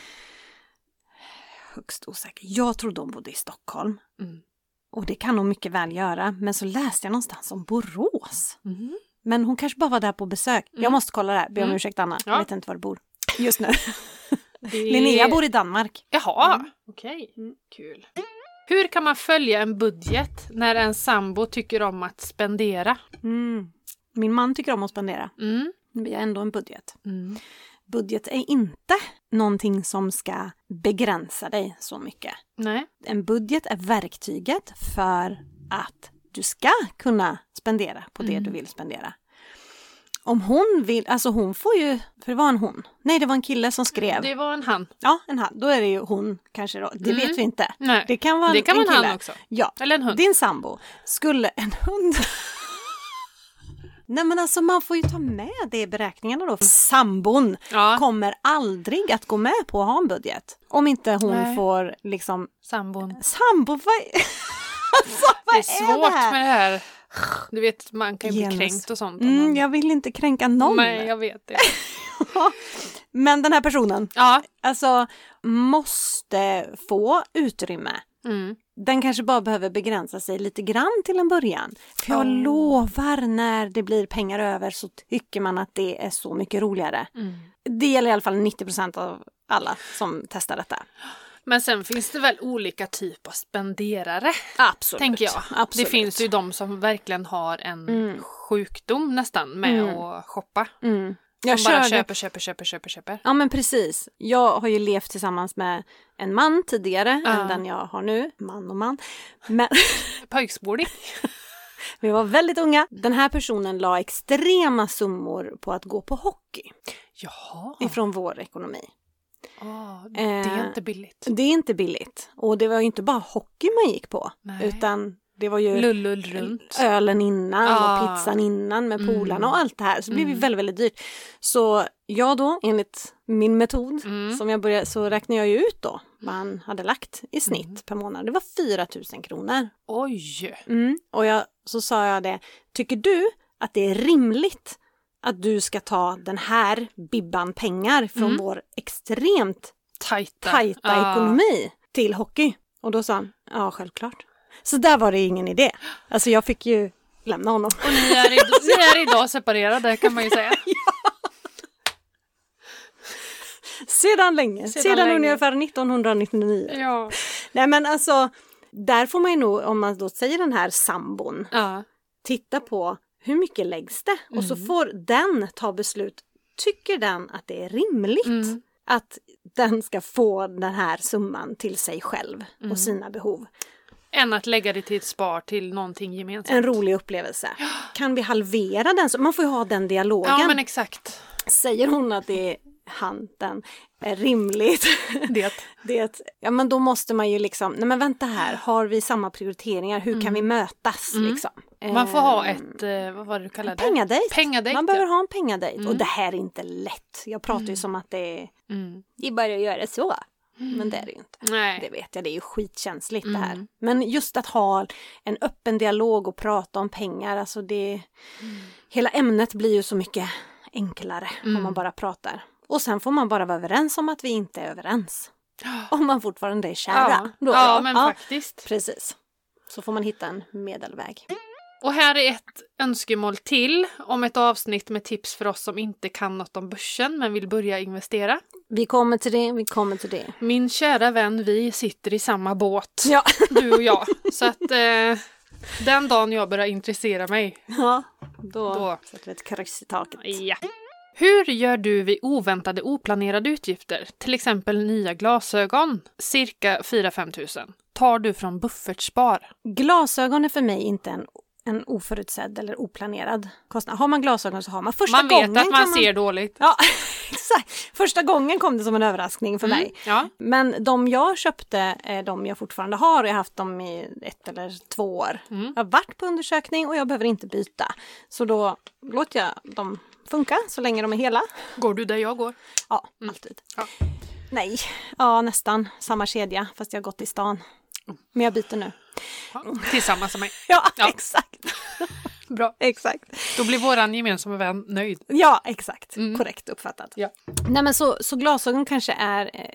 Högst osäker. Jag trodde hon bodde i Stockholm. Mm. Och det kan hon mycket väl göra. Men så läste jag någonstans om Borås. Mm. Men hon kanske bara var där på besök. Mm. Jag måste kolla det här. Be om Mm. ursäkt Anna. Ja. Jag vet inte var du bor just nu. Linnea bor i Danmark. Jaha, Mm. okej. Mm. Kul. Hur kan man följa en budget när en sambo tycker om att spendera? Mm. Min man tycker om att spendera. Mm. Vi har ändå en budget. Mm. Budget är inte någonting som ska begränsa dig så mycket. Nej. En budget är verktyget för att du ska kunna spendera på det Mm. du vill spendera. Om hon vill, alltså hon får ju, för det var en hon. Nej, det var en kille som skrev. Det var en han. Ja, en han. Då är det ju hon kanske då. Det Mm. vet vi inte. Nej. Det, Det kan vara en, kan en vara en kille. han också. Ja, Eller en hund. din sambo skulle en hund... Nej men alltså man får ju ta med det i beräkningarna då. Sambon ja, kommer aldrig att gå med på att ha en budget. Om inte hon Nej. får liksom... sambon. Sambo, vad... alltså, vad Det är svårt det här? med det här. Du vet, man kan ju bli Genus. kränkt och sånt. om Mm, man- jag vill inte kränka någon. Nej, jag vet det. Men den här personen, Ja. alltså måste få utrymme Mm. den kanske bara behöver begränsa sig lite grann till en början. För jag lovar, när det blir pengar över så tycker man att det är så mycket roligare. Det gäller i alla fall 90 av alla som testar detta. Men sen finns det väl olika typer av spenderare, Absolut. tänker jag. Absolut. Det finns ju de som verkligen har en Mm. sjukdom nästan med Mm. att shoppa. Mm. Som Jag bara körde- köper, köper, köper, köper, köper. Ja men precis. Jag har ju levt tillsammans med en man tidigare Ja. än den jag har nu. Man och man. Men Pöjksbording. vi var väldigt unga. Den här personen la extrema summor på att gå på hockey Jaha, ifrån vår ekonomi. Ah, det Eh, är inte billigt. Det är inte billigt. Och det var ju inte bara hockey man gick på. Nej. Utan Eh, det var ju Lullull runt. ölen innan och Ja. pizzan innan med Mm. polarna och allt det här. Så det blev ju Mm. väldigt, väldigt dyrt. Så jag då, enligt min metod, Mm. som jag började, så räknade jag ju ut då vad han hade lagt i snitt Mm. per månad. Det var 4 000 kronor. Oj! Mm. Och jag, så sa jag det, tycker du att det är rimligt att du ska ta den här bibban pengar från Mm. vår extremt Tajta. tajta Ah. ekonomi till hockey? Och då sa han, ja självklart. Så där var det ingen idé. Alltså jag fick ju lämna honom. Och ni är, idag, ni är idag separerade kan man ju säga. Sedan länge, sedan, Sedan länge. Eh. ungefär 1999. Ja. Nej men alltså, där får man ju nog, om man då säger den här sambon, ja. titta på hur mycket läggs det? Och Mm. så får den ta beslut, tycker den att det är rimligt Mm. att den ska få den här summan till sig själv Mm. och sina behov? Än att lägga det till ett spar till någonting gemensamt. En rolig upplevelse. Kan vi halvera den? Så- Man får ju ha den dialogen. Ja men exakt. Säger hon att det är han, den, är rimligt? Det. Det, ja men då måste man ju liksom, nej men vänta här, har vi samma prioriteringar, hur kan vi mötas liksom? Mm. Man får ha Ehm, ett, eh, vad var det du kallade det? pengadejt. Pengadejt, Man ja. behöver ha en pengadejt och det här är inte lätt. Jag pratar ju som att det är, Mm. det är bara att göra så. Men det är det ju inte. Nej. Det vet jag, det är ju skitkänsligt det här. Mm. Men just att ha en öppen dialog och prata om pengar, alltså det... Hela ämnet blir ju så mycket enklare om Mm. man bara pratar. Och sen får man bara vara överens om att vi inte är överens. Om man fortfarande är kära. Ja, Då, ja men faktiskt. Precis. Så får man hitta en medelväg. Och här är ett önskemål till om ett avsnitt med tips för oss som inte kan något om börsen men vill börja investera. Vi kommer till det, vi kommer till det. Min kära vän, vi sitter i samma båt, Ja. du och jag. Så att eh, den dagen jag börjar intressera mig, ja då, Då. sätter vi ett kryss i taket. ja. Hur gör du vid oväntade oplanerade utgifter? Till exempel nya glasögon, cirka 4-5 tusen. Tar du från buffertspar? Glasögon är för mig inte en, en oförutsedd eller oplanerad kostnad. Har man glasögon så har man. Första Man vet gången att man, kan ser dåligt. Ja, exakt. Första gången kom det som en överraskning för mig. Ja. Men de jag köpte är de jag fortfarande har och jag har haft dem i ett eller två år. Jag har varit på undersökning och jag behöver inte byta. Så då låter jag dem funka så länge de är hela. Går du där jag går? Ja, alltid. Mm. Ja. Nej, ja nästan samma kedja fast jag har gått i stan. Men jag byter nu. Ja. Tillsammans med mig. Ja, Mm. Ja. exakt. Bra. Exakt. Då blir våran gemensamma vän nöjd. Ja, exakt. Mm. Korrekt uppfattat. Ja. Nej, men så, så glasögon kanske är... eh,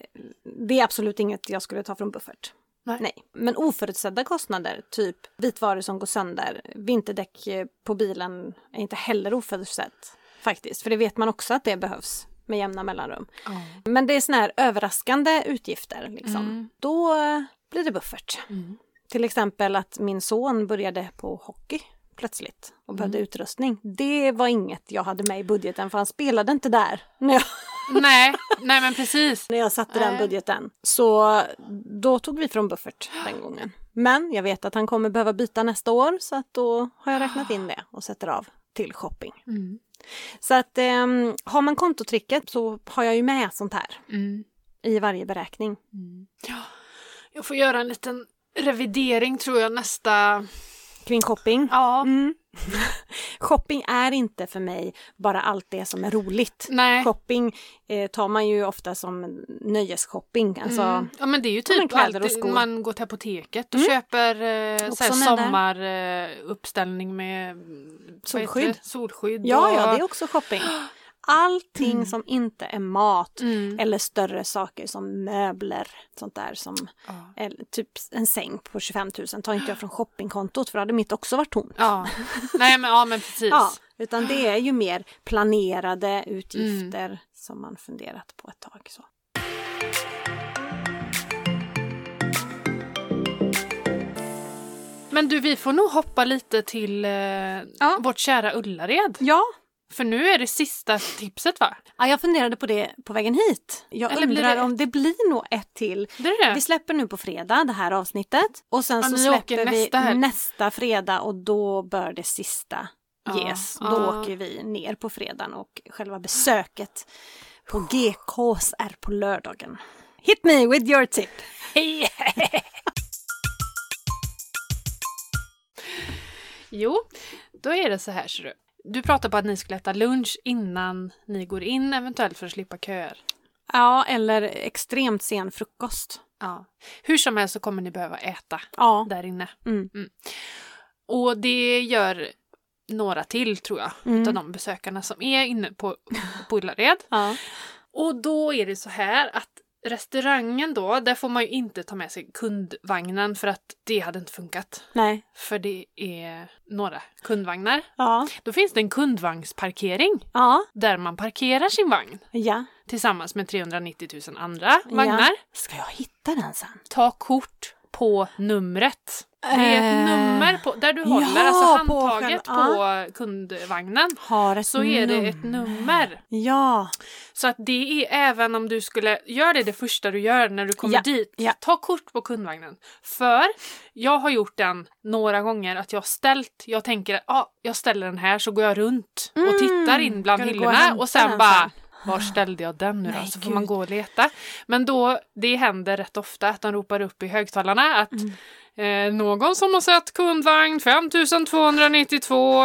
Det är absolut inget jag skulle ta från buffert. Nej. Men oförutsedda kostnader, typ vitvaror som går sönder, vinterdäck eh, på bilen är inte heller oförutsett faktiskt. För det vet man också att det behövs med jämna mellanrum. Men det är såna här överraskande utgifter. Liksom. Mm. Då eh, blir det buffert. Mm. Till exempel att min son började på hockey plötsligt och Mm. behövde utrustning. Det var inget jag hade med i budgeten för han spelade inte där när jag, Nej, nej men precis. när jag satte den Nej. budgeten. Så då tog vi från buffert den gången. Men jag vet att han kommer behöva byta nästa år så att då har jag räknat in det och sätter av till shopping. Mm. Så att ehm, har man kontotricket så har jag ju med sånt här Mm. i varje beräkning. Jag får göra en liten revidering tror jag nästa... Kring shopping. Ja. Mm. Shopping är inte för mig bara allt det som är roligt. Nej. Shopping eh, tar man ju ofta som nöjesshopping. Alltså, Mm. Ja men det är ju men typ kläder och alltid skor. Mm. man går till apoteket och köper eh, Också såhär, med där. sommaruppställning eh, med mm, vad heter Solskydd. det? Solskydd Ja, och ja, det är också shopping. allting som inte är mat Mm. eller större saker som möbler, sånt där som Ja. eller typ en säng på 25 000 tar inte jag från shoppingkontot för då hade mitt också varit tomt. ja. Nej, men, ja, men precis. Ja, utan det är ju mer planerade utgifter Mm. som man funderat på ett tag. Så. Men du, vi får nog hoppa lite till eh, vårt kära Ullared. Ja. För nu är det sista tipset, va? ja, jag funderade på det på vägen hit. Jag Eller blir undrar det om det blir nog ett till. Det är det. Vi släpper nu på fredag det här avsnittet och sen Ja, så ni släpper åker vi nästa helg. nästa fredag och då bör det sista Ja, ges. ja. Då åker vi ner på fredagen och själva besöket på GKs är på lördagen. Hit me with your tip! Hej! Jo, då är det så här ser du. Du pratar på att ni skulle äta lunch innan ni går in eventuellt för att slippa köer. Ja, eller extremt sen frukost. Ja. Hur som helst så kommer ni behöva äta Ja. där inne. Mm. Och det gör några till tror jag, Mm. utav de besökarna som är inne på, på Ullared. ja. Och då är det så här att restaurangen då, där får man ju inte ta med sig kundvagnen för att det hade inte funkat. Nej. För det är några kundvagnar. Ja. Då finns det en kundvagnsparkering Ja. där man parkerar sin vagn Ja. tillsammans med 390 000 andra vagnar. Ska jag hitta den sen? Ta kort på numret. Det är Eh, ett nummer på, där du håller, ja, alltså på handtaget på, själva- kundvagnen. Har ett Så är det ett nummer. Ja. Så att det är även om du skulle, gör det det första du gör när du kommer Ja, dit. ja. Ta kort på kundvagnen. För jag har gjort den några gånger att jag har ställt, jag tänker att ah, jag ställer den här så går jag runt och tittar in bland Ska Mm. du gå och hyllorna hämta och sen den bara var ställde jag den nu då? Nej, Så får man gud. gå och leta. Men då, det händer rätt ofta att de ropar upp i högtalarna att Mm. eh, någon som har sett kundvagn 5292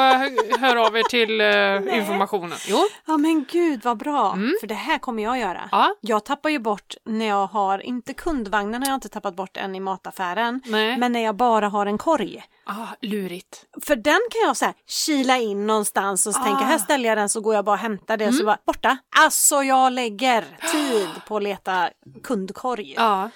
hör av er till eh, informationen. Jo, Ja men gud vad bra, för det här kommer jag göra. Mm. ja, Jag tappar ju bort när jag har, inte kundvagnen har jag inte tappat bort än i mataffären, nej. men när jag bara har en korg. Ah, lurigt. För den kan jag så här kila in någonstans och så Ah. Mm. tänka här ställer jag den så går jag bara och hämtar det och så bara borta. Alltså jag lägger tid på att leta kundkorg. Ja,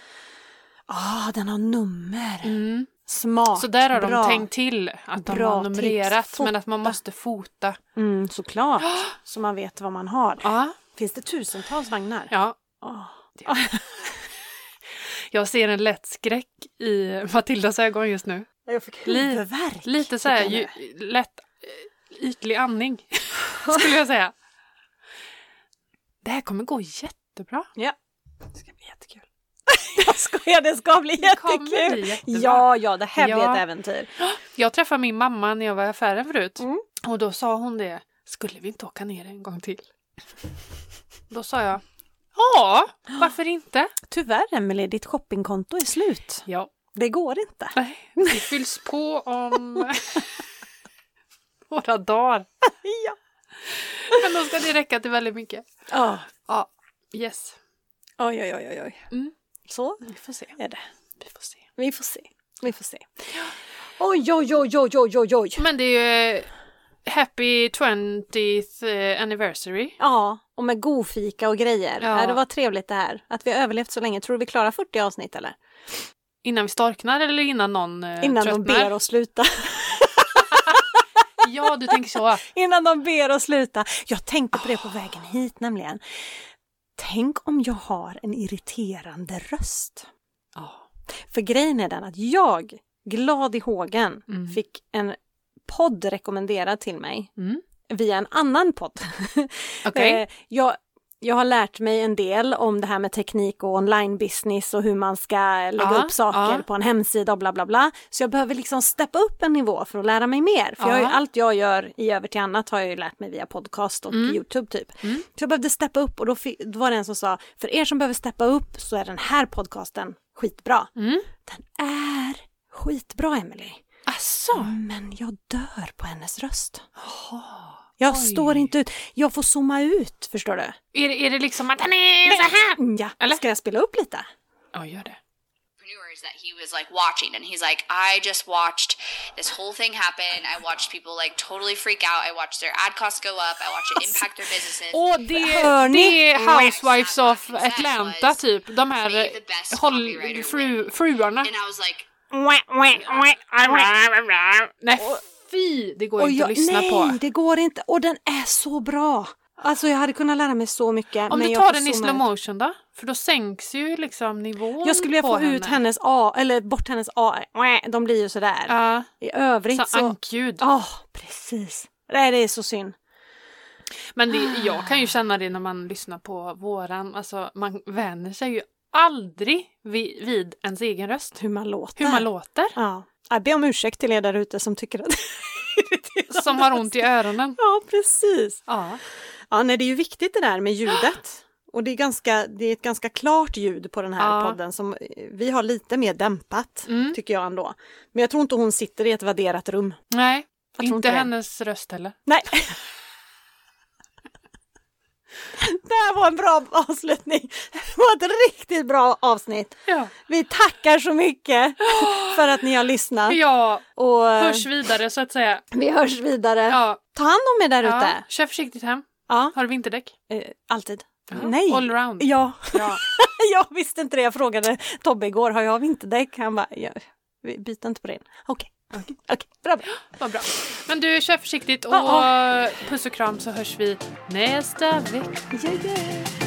Ja. ah, den har nummer. Mm. Smart. Så där har bra. de tänkt till att de Bra har numrerat tips. men att man Fota. måste fota. Mm, såklart, Ah. så man vet vad man har. Ja. Finns det tusentals vagnar? ja. Åh. Jag ser en lätt skräck i Matildas ögon just nu. Jag fick Li- huvudvärk. Lite så här fick jag ju, nu. lätt eh, ytlig andning skulle jag säga. Det här kommer gå jättebra. Ja. Det ska bli jättekul. Jag skojar, det ska bli kommer jättekul! bli jättebra. Ja, ja, det här blir Ja. ett äventyr. Jag träffade min mamma när jag var i affären förut. Mm. Och då sa hon det. Skulle vi inte åka ner en gång till? Då sa jag. Ja, varför inte? Tyvärr Emelie, ditt shoppingkonto är slut. Ja. Det går inte. Nej, det fylls på om några dagar. Ja. Men då ska det räcka till väldigt mycket. Oh. Ja, yes. Oj, oj, oj, oj, oj. Mm. Så Vi får se. är det. Vi får se. Vi får se. Vi får se. Oj, oj, oj, oj, oj, oj, oj. Men det är ju eh, happy 20th eh, anniversary. Ja, och med god fika och grejer. Ja. Ja. Det var trevligt det här. Att vi har överlevt så länge. Tror du vi klarar 40 avsnitt eller? Innan vi storknar eller innan någon eh, Innan tröttnar? de ber oss sluta. Ja, du tänker så. Innan de ber oss sluta. Jag tänkte på det på vägen hit nämligen. Tänk om jag har en irriterande röst. Ja. För grejen är den att jag, glad i hågen, Mm. fick en podd rekommenderad till mig Mm. via en annan podd. Okej. Eh, jag, jag har lärt mig en del om det här med teknik och online business och hur man ska lägga Ja, upp saker ja. på en hemsida och bla bla bla. Så jag behöver liksom steppa upp en nivå för att lära mig mer. För jag har ju, Ja. allt jag gör i över till annat har jag ju lärt mig via podcast och Mm. Youtube typ. Så jag behövde steppa upp och då, fi- då var det en som sa, för er som behöver steppa upp så är den här podcasten skitbra. Mm. Den är skitbra Emelie. Asså? Men jag dör på hennes röst. Jag Oj. står inte ut. Jag får zooma ut, förstår du? Mm, Är, det- är det liksom att den är så här? Ja, Eller? ska jag spela upp lite? Ja, gör det. entrepreneurs hours that he was like watching and he's like i just watched this whole thing happen i watched people like totally freak out i watched their ad costs go up i watched it impact their businesses Och det, Hör ni? det är Housewives of That Atlanta was typ. De be här the best håll, copywriter fru, fruarna. and i was like Nej fy, det går Och inte jag, att lyssna nej, på. det går inte. Och den är så bra! Alltså jag hade kunnat lära mig så mycket. Om men du jag tar får den i zooma slow ut. motion då? För då sänks ju liksom nivån Jag skulle vilja på få henne. ut hennes A, eller bort hennes A. De blir ju sådär. Ja, I övrigt så så... ankljud. Ja, precis. Nej, det är så synd. Men det, jag kan ju känna det när man lyssnar på våran, alltså man vänjer sig ju aldrig vid, vid ens egen röst. Hur man låter. Hur man låter. Ja. Jag ber om ursäkt till er där ute som tycker att Som har ont i öronen. Ja, precis. Ja. Ja, nej, det är ju viktigt det där med ljudet. Och det är, ganska, det är ett ganska klart ljud på den här Ja. podden som eh, vi har lite mer dämpat, Mm. tycker jag ändå. Men jag tror inte hon sitter i ett värderat rum. Nej, Jag inte tror inte det. hennes röst heller. Nej. Det här var en bra avslutning. Det var ett riktigt bra avsnitt. Ja. Vi tackar så mycket för att ni har lyssnat. ja, Och eh, hörs vidare så att säga. vi hörs vidare. Ja, Ta hand om er där ja. ute. Kör försiktigt hem. Ja. Har du vinterdäck? Eh, alltid. Nej. Allround. Ja, Ja. jag visste inte det. Jag frågade Tobbe igår, har jag vinterdäck? Han bara, ja, vi byter inte på det. Okej, okej, bra. bra. Vad bra. Men du, kör försiktigt och Ja, puss och kram så hörs vi nästa vecka. Yeah, yeah.